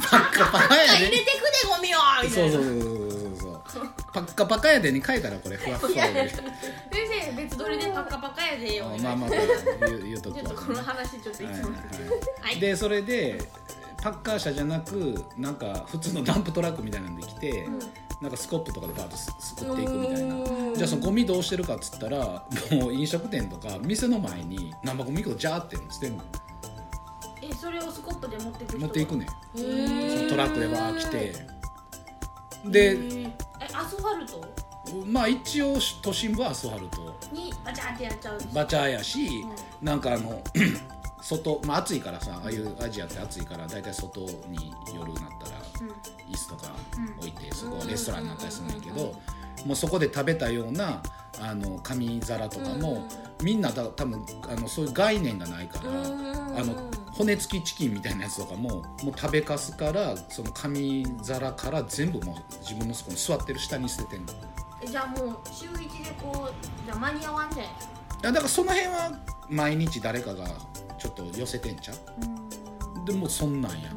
[SPEAKER 2] パッカパカやで
[SPEAKER 4] 入れてくでゴミをみた
[SPEAKER 2] そう
[SPEAKER 4] いな
[SPEAKER 2] そうそうそうそうそうパッカパカやでに書いたらこれふわふわで
[SPEAKER 4] 先生別どれでパッカパカやでよみ
[SPEAKER 2] ま
[SPEAKER 4] た
[SPEAKER 2] あ
[SPEAKER 4] いな
[SPEAKER 2] まあ言う言うとく
[SPEAKER 4] ちょっ
[SPEAKER 2] わ
[SPEAKER 4] とこの話ちょっとい
[SPEAKER 2] はい
[SPEAKER 4] つ
[SPEAKER 2] は
[SPEAKER 4] も
[SPEAKER 2] いはいでそれでパッカー車じゃなくなんか普通のダンプトラックみたいなんで来て、なんかスコップとかでバーッとすすくっていくみたいなじゃあそのゴミどうしてるかっつったらもう飲食店とか店の前に生ゴミをジャーって捨てるの
[SPEAKER 4] えそれをスコップで持っていく人
[SPEAKER 2] 持っていくねん
[SPEAKER 4] え
[SPEAKER 2] そのトラックでバーッ来てで、
[SPEAKER 4] アスファルト
[SPEAKER 2] まあ一応都心部はアスファルト
[SPEAKER 4] にバチャーってやっちゃう
[SPEAKER 2] バチャーやし、なんかあの 外、まあ、暑いからさああいうアジアって暑いから大体外に夜になったら椅子とか置いて、そこはレストランになったりするんやけど、もうそこで食べたようなあの紙皿とか
[SPEAKER 3] うん
[SPEAKER 2] も、みんなだ多分あのそういう概念がないから、あの骨付きチキンみたいなやつとかももう食べかすからその紙皿から全部もう自分のそこに座ってる下に捨ててんの
[SPEAKER 1] じゃあもう週一でこうじゃあ間に合わんじゃないですか
[SPEAKER 2] いやだからその辺は毎日誰かがちょっと寄せてんちゃうでもうそんなんや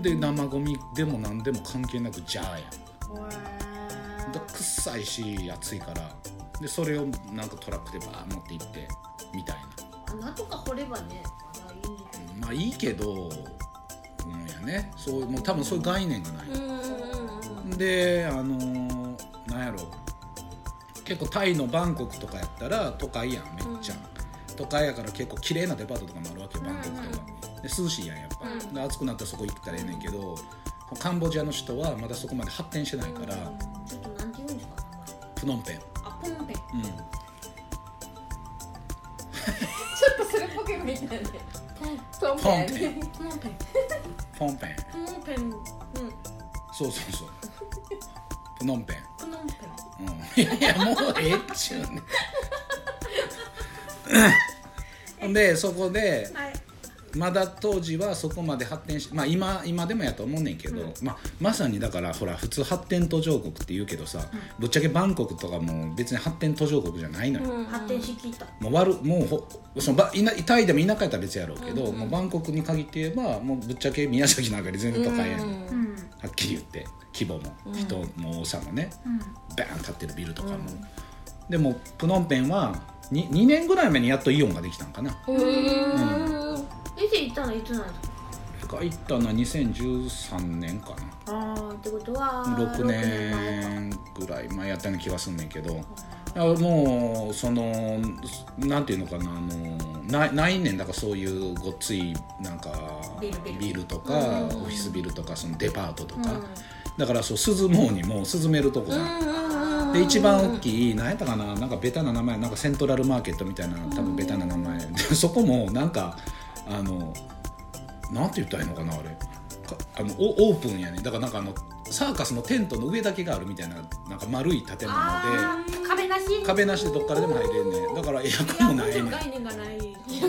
[SPEAKER 2] で生ゴミでも何でも関係なくじゃあやだから臭いし暑いからでそれをなんかトラックでバー持って行ってみたいな
[SPEAKER 4] 穴とか掘ればね
[SPEAKER 2] まあいいけどうんやねそうもう多分そういう概念がない、であのーなんやろ結構タイのバンコクとかやったら都会やんめっちゃ、都会やから結構綺麗なデパートとかもあるわけよバンコクとか、で涼しいやんやっぱ、で暑くなったらそこ行ったらええねんけどカンボジアの人はまだそこまで発展してないから、
[SPEAKER 4] ちょっとなんて言うんですか
[SPEAKER 2] プノンペン、
[SPEAKER 4] あポンペ
[SPEAKER 2] う
[SPEAKER 3] ちょっとそれっぽく見えたねポン
[SPEAKER 2] ん、ポン
[SPEAKER 3] ペ
[SPEAKER 2] ペ
[SPEAKER 3] ン
[SPEAKER 2] ン
[SPEAKER 4] ポンペン
[SPEAKER 2] ポンペン
[SPEAKER 4] ポンペン
[SPEAKER 2] そうそう そうプノンペン
[SPEAKER 4] ポンペン
[SPEAKER 2] うん、いやもうええっちゅう ねほんでそこで、まだ当時はそこまで発展しまあ今今でもやと思うねんけど、まあ、まさにだからほら普通発展途上国って言うけどさ、ぶっちゃけバンコクとかも別に発展途上国じゃないのよ、
[SPEAKER 1] 発展しきった
[SPEAKER 2] もう悪もうほそのばいなタイでも田舎やったら別やろうけど、もうバンコクに限って言えばもうぶっちゃけ宮崎なんかより全然高いやん、は
[SPEAKER 1] うん
[SPEAKER 2] っきり言って規模も人の多さもね、バーン立ってるビルとかも、でもプノンペンは 2, 2年ぐらい前にやっとイオンができたんかな
[SPEAKER 1] 出て行ったのいつなんですか
[SPEAKER 2] が行ったのは2013年か
[SPEAKER 1] ああってことは
[SPEAKER 2] な6年ぐらい前やったような気がすんねんけどあもうそのなんていうのかなあのないないねんだからそういうごっついなんか
[SPEAKER 4] ビルビル
[SPEAKER 2] とか、オフィスビルとかそのデパートとか、だからそうスズモーにも涼めるとこが、で一番大きい何やったかななんかベタな名前なんかセントラルマーケットみたいな多分ベタな名前、でそこもなんかあのなんて言ったらいいのかなあれかあのオオープンやねだからなんかあのサーカスのテントの上だけがあるみたいななんか丸い建物で
[SPEAKER 1] 壁なし
[SPEAKER 2] 壁なしでどっからでも入れんねんだからエアコンもないねん
[SPEAKER 4] 概念がない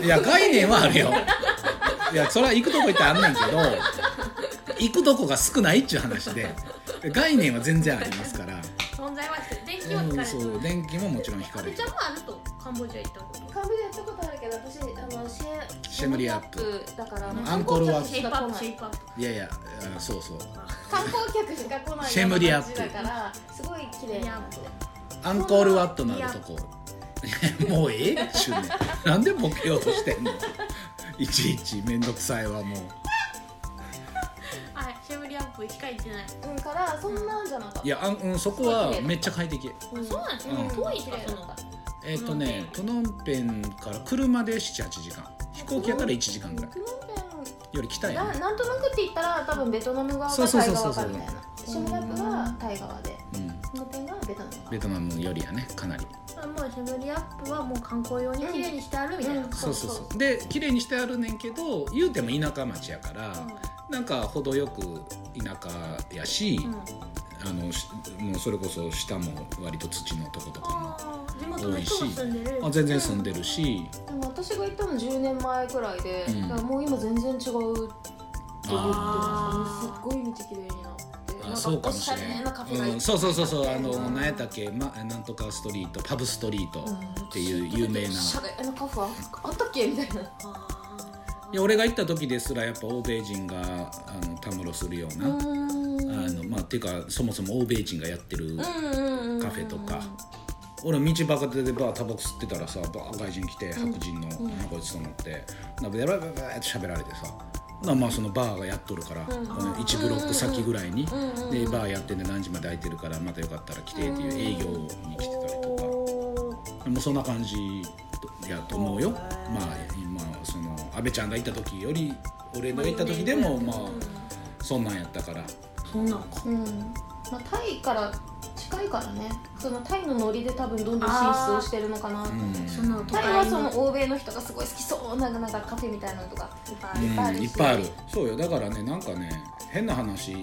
[SPEAKER 2] いや概念はあるよいやそれは行くとこ行ったらあんねんけど行くとこが少ないっちゅう話で概念は全然ありますから、
[SPEAKER 1] 存在はして電気は
[SPEAKER 2] うん、
[SPEAKER 1] 引かれ
[SPEAKER 2] そう
[SPEAKER 1] る
[SPEAKER 2] 電気ももちろん引
[SPEAKER 1] あ
[SPEAKER 2] かれ
[SPEAKER 1] れ
[SPEAKER 2] る
[SPEAKER 1] ちゃんもあるとカンボジア行ったこと
[SPEAKER 3] カンボジアやったことあるけど私あのシェ
[SPEAKER 2] シェムリアップ
[SPEAKER 3] だから
[SPEAKER 2] アンコールワッ
[SPEAKER 3] 観
[SPEAKER 2] ト
[SPEAKER 1] シェイ
[SPEAKER 3] 光
[SPEAKER 1] プア
[SPEAKER 3] 客
[SPEAKER 1] ップシェ
[SPEAKER 3] し
[SPEAKER 1] イプアップ
[SPEAKER 2] いやいやあそうそう
[SPEAKER 3] 観光客しか来ないような
[SPEAKER 2] シェムリアップ
[SPEAKER 3] 街だからすごい綺麗なって
[SPEAKER 2] アンコールワットのあるとこ もうええっちゅうねんなんでボケようとしてんの いちいち面倒くさいわもう
[SPEAKER 1] はいシェムリアップしか行ってない
[SPEAKER 3] うんからそんなんじゃなかった
[SPEAKER 2] いやあん、うん、そこはめっちゃ快適
[SPEAKER 3] うん
[SPEAKER 1] そうなんですね
[SPEAKER 2] うん
[SPEAKER 1] 遠いですかその
[SPEAKER 2] えっ、とねプノンペンから車で78時間飛行機やったら1時間ぐらい
[SPEAKER 3] プノン
[SPEAKER 2] より北
[SPEAKER 3] ペン
[SPEAKER 2] や
[SPEAKER 3] な
[SPEAKER 2] ね
[SPEAKER 3] なんとなくって言ったら多分ベトナム側
[SPEAKER 2] そう
[SPEAKER 3] が
[SPEAKER 2] そう
[SPEAKER 3] タ
[SPEAKER 2] そ
[SPEAKER 3] イ側
[SPEAKER 2] うそう
[SPEAKER 3] かみたいなシェムリアップがタイ側で
[SPEAKER 2] うん
[SPEAKER 3] プノンペンがベトナム側
[SPEAKER 2] ベトナムよりやねかなり
[SPEAKER 1] あもうシェムリアップはもう観光用に綺麗にしてあるみたいな、
[SPEAKER 3] うん
[SPEAKER 2] そうそうそうで綺麗にしてあるねんけど言うても田舎町やから、なんか程よく田舎やし、あのしもうそれこそ下も割と土のとことか
[SPEAKER 1] あー地元の人も住んでる
[SPEAKER 2] もあ全然住んでるし、
[SPEAKER 3] でも私が行ったの10年前くらいで、
[SPEAKER 2] うん
[SPEAKER 3] だからもう今全然違うって言ってますす
[SPEAKER 1] あ
[SPEAKER 3] っごい道綺麗になって
[SPEAKER 2] あそうかもしれ
[SPEAKER 3] ん
[SPEAKER 2] な
[SPEAKER 3] ないんかおしゃれなカフェがいっぱいあって、
[SPEAKER 2] うん、そうそうそうそうあの何やったっけ、ま、なんとかストリートパブストリートっていう有名な、
[SPEAKER 3] おしゃれなカフェあったっけみたいな
[SPEAKER 2] で俺が行った時ですらやっぱ欧米人があのたむろするような、あのまあ、っていうかそもそも欧米人がやってるカフェとか、俺道バカでバータバコ吸ってたらさバー外人来て白人の、なんかこいつと思ってなんかベラベラベラって喋られてさなまあそのバーがやっとるから、この1ブロック先ぐらいに、でバーやってんで何時まで空いてるからまたよかったら来てっていう営業に来てたりとか。もうそんな感じやと思うよ、まあ今その阿部ちゃんが行った時より俺が行った時でもまあそんなんやったから
[SPEAKER 1] そんなんか
[SPEAKER 3] うんまあ、タイから近いからねそのタイのノリで多分どんどん進出をしてるのかなと思う
[SPEAKER 2] うん
[SPEAKER 1] その都
[SPEAKER 3] タイは
[SPEAKER 1] 会
[SPEAKER 3] そ
[SPEAKER 1] の
[SPEAKER 3] の欧米の人がすごい好きそうななんかカフェみたいなのとかいっぱいあるし、
[SPEAKER 2] うんいっぱいあるそうよだからねなんかね変な話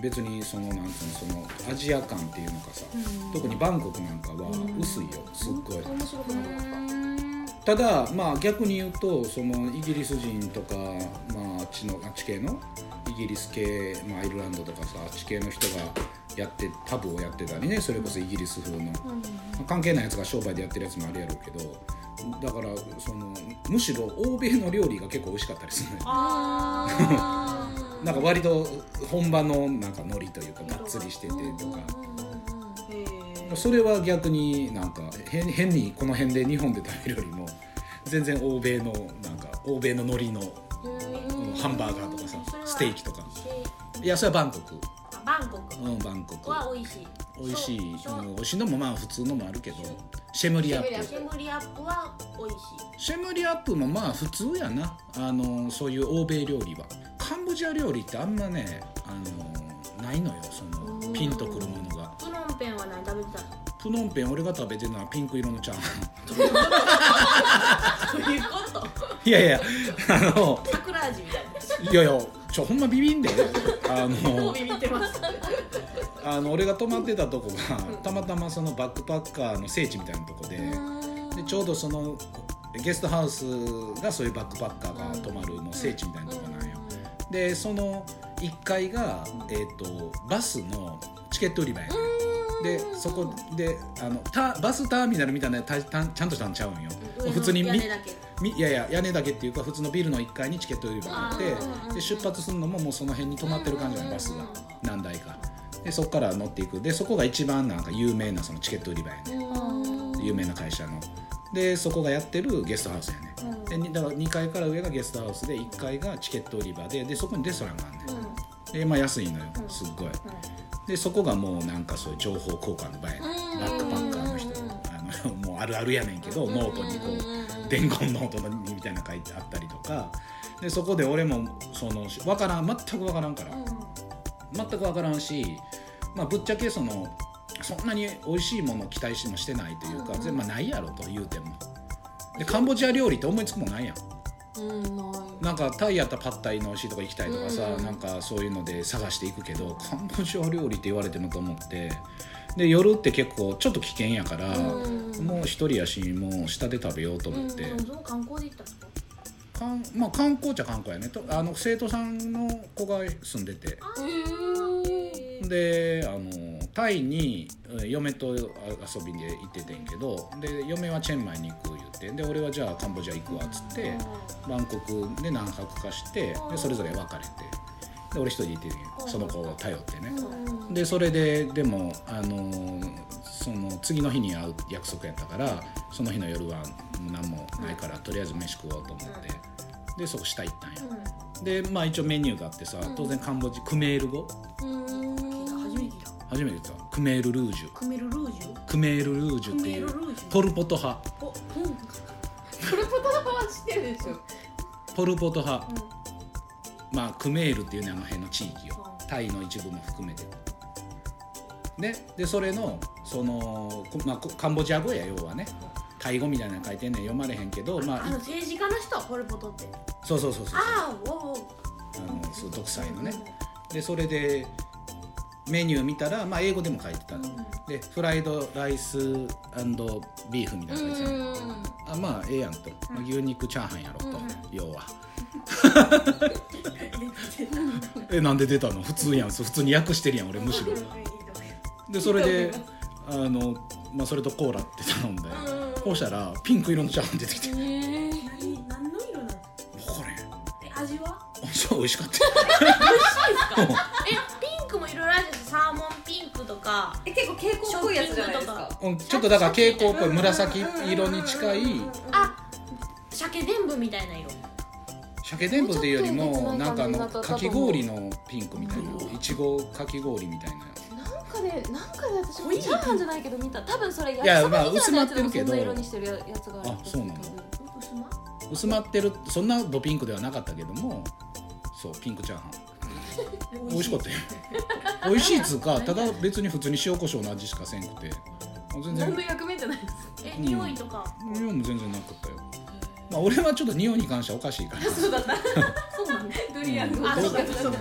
[SPEAKER 2] 別にそのなんていうのそのアジア感っていうのかさ、特にバンコクなんかは薄いよすっごい。
[SPEAKER 3] 面白くなかった
[SPEAKER 2] ただまあ逆に言うとそのイギリス人とか、まあ、あっちのあっち系のイギリス系、まあ、アイルランドとかさあっち系の人がやってタブをやってたりねそれこそイギリス風の、まあ関係ないやつが商売でやってるやつもあるやろうけどだからそのむしろ欧米の料理が結構美味しかったりするね
[SPEAKER 1] あ
[SPEAKER 2] なんか割と本場のなんか海苔というかがっつりしててとか。
[SPEAKER 1] ーへー
[SPEAKER 2] それは逆になんか変変にこの辺で日本で食べるよりも全然欧米のなんか欧米の海苔のハンバーガーとかさ
[SPEAKER 1] それは
[SPEAKER 2] ステーキとかいやそれはバンコク
[SPEAKER 1] あバンコク
[SPEAKER 2] うんバンコク
[SPEAKER 1] は美味しい
[SPEAKER 2] 美味しい、
[SPEAKER 1] そううん
[SPEAKER 2] 美味しいのもまあ普通のもあるけどシェムリアップ
[SPEAKER 3] シェムリアップ
[SPEAKER 1] シェムリアップは美味しい
[SPEAKER 2] シェムリアップもまあ普通やなあのそういう欧米料理はカンボジア料理ってあんまねあのないのよそのピンとくるものが
[SPEAKER 1] プノンペンは何食べてたの
[SPEAKER 2] プノンペン俺が食べてるのはピンク色のチャーハ
[SPEAKER 1] そういうこと
[SPEAKER 2] ンいやいやあの
[SPEAKER 1] 桜味みたいない
[SPEAKER 2] やいやちょほんまビビんであ
[SPEAKER 1] もう
[SPEAKER 2] の
[SPEAKER 1] ビビってます
[SPEAKER 2] あの俺が泊まってたとこがたまたまそのバックパッカーの聖地みたいなとこででちょうどそのゲストハウスがそういうバックパッカーが泊まるもう聖地みたいなとこなんよでその1階が、えー、とバスのチケット売り場やねでそこであのたバスターミナルみたいなたたちゃんとしたんちゃうんよ普通にみ
[SPEAKER 1] 屋根だけ
[SPEAKER 2] みいやいや屋根だけっていうか普通のビルの1階にチケット売り場があって
[SPEAKER 1] あーうんうんうん
[SPEAKER 2] で出発するのももうその辺に止まってる感じのバスが何台かでそこから乗っていくでそこが一番なんか有名なそのチケット売り場やね有名な会社のでそこがやってるゲストハウスやねでにだから2階から上がゲストハウスで1階がチケット売り場ででそこにレストランがあるねんでまあ安いのよすっごいでそこがもうなんかそういう情報交換の場やねんバックパッカーの人あのもうあるあるやねんけどノートにこう伝言ノートにみたいなの書いてあったりとかでそこで俺もそのわからん全くわからんから、全くわからんし、まあ、ぶっちゃけそのそんなに美味しいものを期待しもしてないというか、全まあ、ないやろと言うてもでカンボジア料理って思いつくもんないやんなんかタイやったらパッタイの美味しいとこ行きたいとかさ、なんかそういうので探していくけどカンボジア料理って言われてもと思ってで夜って結構ちょっと危険やから、もう一人やしもう下で食べようと思って。
[SPEAKER 1] その観光で行ったんですか
[SPEAKER 2] かんまあ、観光っちゃ観光やねとあの生徒さんの子が住んでてであのタイにうん嫁とあ遊びで行っててんけどで嫁はチェンマイに行く言ってで俺はじゃあカンボジア行くわっつってバンコクで何泊かしてでそれぞれ別れてで俺一人で行っててんよその子を頼ってねでそれででもあのその次の日に会う約束やったからその日の夜は何もないからとりあえず飯食おうと思ってでそこ下行ったんよでまあ一応メニューがあってさ当然カンボジクメール語
[SPEAKER 1] 初めて聞いた
[SPEAKER 2] 初めて言ったクメールルージュ
[SPEAKER 1] クメルルージュ
[SPEAKER 2] クメールルージュってい
[SPEAKER 1] クメールル
[SPEAKER 2] う
[SPEAKER 1] ージュ
[SPEAKER 2] ポル・ポト派
[SPEAKER 1] お
[SPEAKER 3] これポタパは知ってるでしょ
[SPEAKER 2] ポル・ポト派、まあクメールっていうねあの辺の地域をタイの一部も含めてねでそれのその、こまあ、こカンボジア語や要はねタイ語みたいなの書いてんねん読まれへんけどま
[SPEAKER 1] あ
[SPEAKER 2] あい
[SPEAKER 1] の政治家の人ポルポトって
[SPEAKER 2] そうそうそうそう
[SPEAKER 1] ああ おお
[SPEAKER 2] あのそう独裁のねでそれでメニュー見たら、まあ、英語でも書いてた、でフライドライスビーフみたいなの書いてたのあまあええやんと、まあ牛肉チャーハンやろと、要はえなんで出たの普通やん普通に訳してるやん俺むしろでそれであの、まあ、それとコーラって頼んで、こうしたらピンク色のチャーハン出てきて分
[SPEAKER 1] 何何の色なの
[SPEAKER 2] からへんあ
[SPEAKER 1] え味は
[SPEAKER 2] そう美味しかった
[SPEAKER 1] えピンクもいろいろあるんですよサーモンピンクとか
[SPEAKER 4] え結構蛍光っぽいやつじゃないですか
[SPEAKER 2] うんちょっとだから蛍光っぽい紫色に近い
[SPEAKER 1] あ鮭伝部みたいな色
[SPEAKER 2] 鮭でんぶっていうよりも
[SPEAKER 3] もうちょ
[SPEAKER 2] な
[SPEAKER 3] っ
[SPEAKER 2] ん
[SPEAKER 3] と
[SPEAKER 2] かあ
[SPEAKER 3] 別の感じだったと
[SPEAKER 2] の
[SPEAKER 3] 思う
[SPEAKER 2] かき氷のピンクみたいないちごかき氷みたいな
[SPEAKER 3] なんかね、なんかね、私もチャーハンじゃないけど見た多分それ焼
[SPEAKER 2] いや
[SPEAKER 3] きそばみたいなやつでもそんな
[SPEAKER 2] まあ薄ま
[SPEAKER 3] 色
[SPEAKER 2] ってるけど
[SPEAKER 3] にしてるやつがある
[SPEAKER 2] あそうなの
[SPEAKER 1] 薄ま
[SPEAKER 2] 薄まってるそんなドピンクではなかったけどもそうピンクチャーハン美味しかったよ美味しいっつうかただ別に普通に塩コショウの味しかせんくて全
[SPEAKER 3] 何
[SPEAKER 2] 然
[SPEAKER 3] の役目じゃないです
[SPEAKER 1] え匂いとか
[SPEAKER 2] 匂いも全然なかったよまあ俺はちょっと匂いに関してはおかしいから
[SPEAKER 1] そうなんだ
[SPEAKER 3] ドリアン
[SPEAKER 2] うん
[SPEAKER 3] の
[SPEAKER 1] あそうか
[SPEAKER 2] うん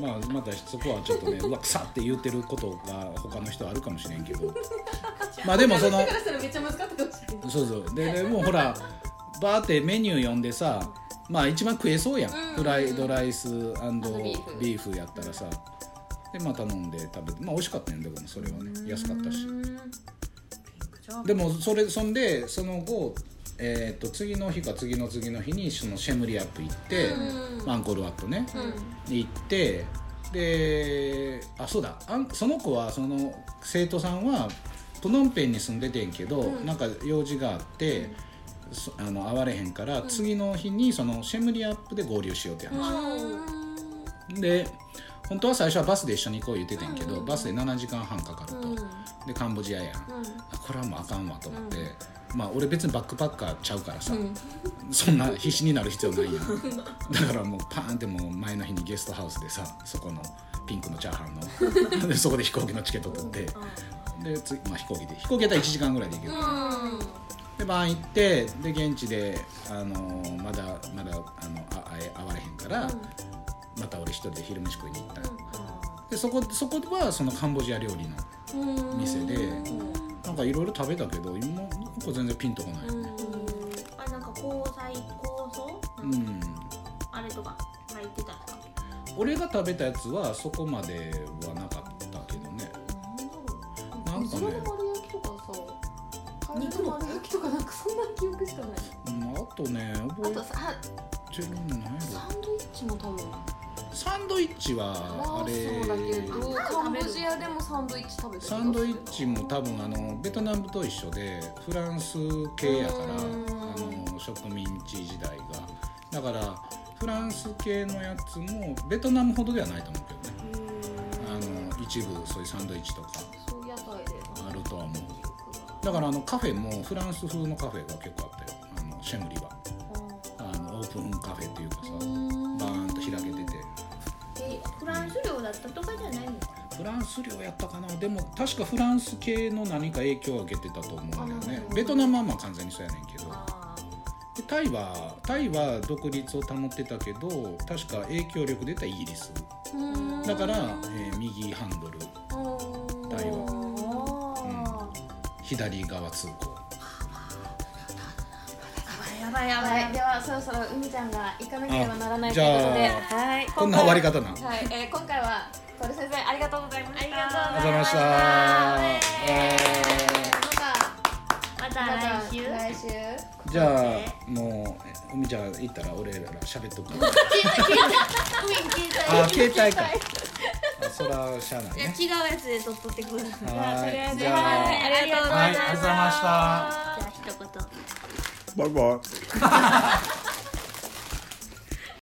[SPEAKER 2] まあ、またそこはちょっとねうわくさって言ってることが他の人あるかもしれんけどまあでもその
[SPEAKER 3] だからしたらめっちゃ難かったかもしれない
[SPEAKER 2] そうそうででもうほらバーってメニュー読んでさまあ一番食えそうやん、フライドライスビ
[SPEAKER 3] ーフ
[SPEAKER 2] ーフやったらさでまあ頼んで食べてまあ美味しかったんだけどもそれはね安かったしでもそれそんでその後えー、と次の日か次の次の日にそのシェムリアップ行って、まあアンコールワットね、行ってであそうだあんその子はその生徒さんはプノンペンに住んでてんけど、なんか用事があって、そあの会われへんから、次の日にそのシェムリアップで合流しようって話、で本当は最初はバスで一緒に行こう言っててんけど、バスで7時間半かかると、でカンボジアやん、あこれはもうあかんわと思って、まあ俺別にバックパッカーちゃうからさ、そんな必死になる必要 ないやんだからもうパーンってもう前の日にゲストハウスでさそこのピンクのチャーハン のでそこで飛行機のチケット取ってで次、まあ、飛行機で飛行機やったら1時間ぐらいで行けるで晩行ってで現地で、あのーまだまだあのあ会え会われへんから、また俺一人で昼飯食いに行ったんよ、でそこそこはそのカンボジア料理の店でなんかいろいろ食べたけど今なんか全然ピンとこない、
[SPEAKER 1] あなんか交際構想、
[SPEAKER 2] うん、
[SPEAKER 1] あれとか入ってたとか
[SPEAKER 2] 俺が食べたやつはそこまではなかったけどねなんか
[SPEAKER 3] 後ろの、
[SPEAKER 2] ね
[SPEAKER 3] 丸焼きとかさ肉の丸焼きとかなんかそんな記憶しかない
[SPEAKER 2] うんあとね
[SPEAKER 3] あ
[SPEAKER 2] 覚
[SPEAKER 3] とさあ
[SPEAKER 2] えてるのないわ
[SPEAKER 3] サンドイッチも多分
[SPEAKER 2] サンドイッチはあ
[SPEAKER 3] ラーソンだけど
[SPEAKER 2] れ
[SPEAKER 3] カンボジアでもサンドイッチ食べてる
[SPEAKER 2] サンドイッチも多分あのベトナムと一緒でフランス系やからあの植民地時代がだからフランス系のやつもベトナムほどではないと思うけどねあの一部そういうサンドイッチとか
[SPEAKER 3] そう屋台で
[SPEAKER 2] あるとは思うだからあのカフェもフランス風のカフェが結構あったよあのシェムリはあのオープンカフェっていうかさバーンと開けてて
[SPEAKER 1] えフランス領だったとかじゃないの
[SPEAKER 2] フランス領やったかなでも確かフランス系の何か影響を受けてたと思うんだよねベトナムはまあ完全にそうやねんけど
[SPEAKER 1] あ
[SPEAKER 2] でタイはタイは独立を保ってたけど確か影響力で言ったらイギリスだから、えー右ハンドルタイは
[SPEAKER 1] ああ
[SPEAKER 2] 左側通行
[SPEAKER 1] ーやばいやばい
[SPEAKER 3] はい、ではそろそろ海ちゃんが行かなければならない
[SPEAKER 2] あ
[SPEAKER 3] ということで、
[SPEAKER 2] じゃ
[SPEAKER 3] はい、
[SPEAKER 2] こんな終わり方な
[SPEAKER 3] 今回ははい、えー今回はトル先生ありがとうございました。
[SPEAKER 1] ありがとうございました
[SPEAKER 2] ありがとうございましたえー
[SPEAKER 1] ま
[SPEAKER 3] ま
[SPEAKER 1] た
[SPEAKER 3] たまた
[SPEAKER 1] 来週
[SPEAKER 3] 来週。
[SPEAKER 2] じゃあもう海ちゃん行ったら俺ら喋っとくからあ携帯かあそらしゃあないね
[SPEAKER 4] 違うやつで撮っとってくる
[SPEAKER 2] はいじ
[SPEAKER 1] は
[SPEAKER 2] ゃ
[SPEAKER 1] いありがとうご
[SPEAKER 2] あ
[SPEAKER 1] ざ
[SPEAKER 2] はいいありがとうござい
[SPEAKER 1] ま
[SPEAKER 2] ました
[SPEAKER 1] すじゃあ一言
[SPEAKER 5] バイバイ。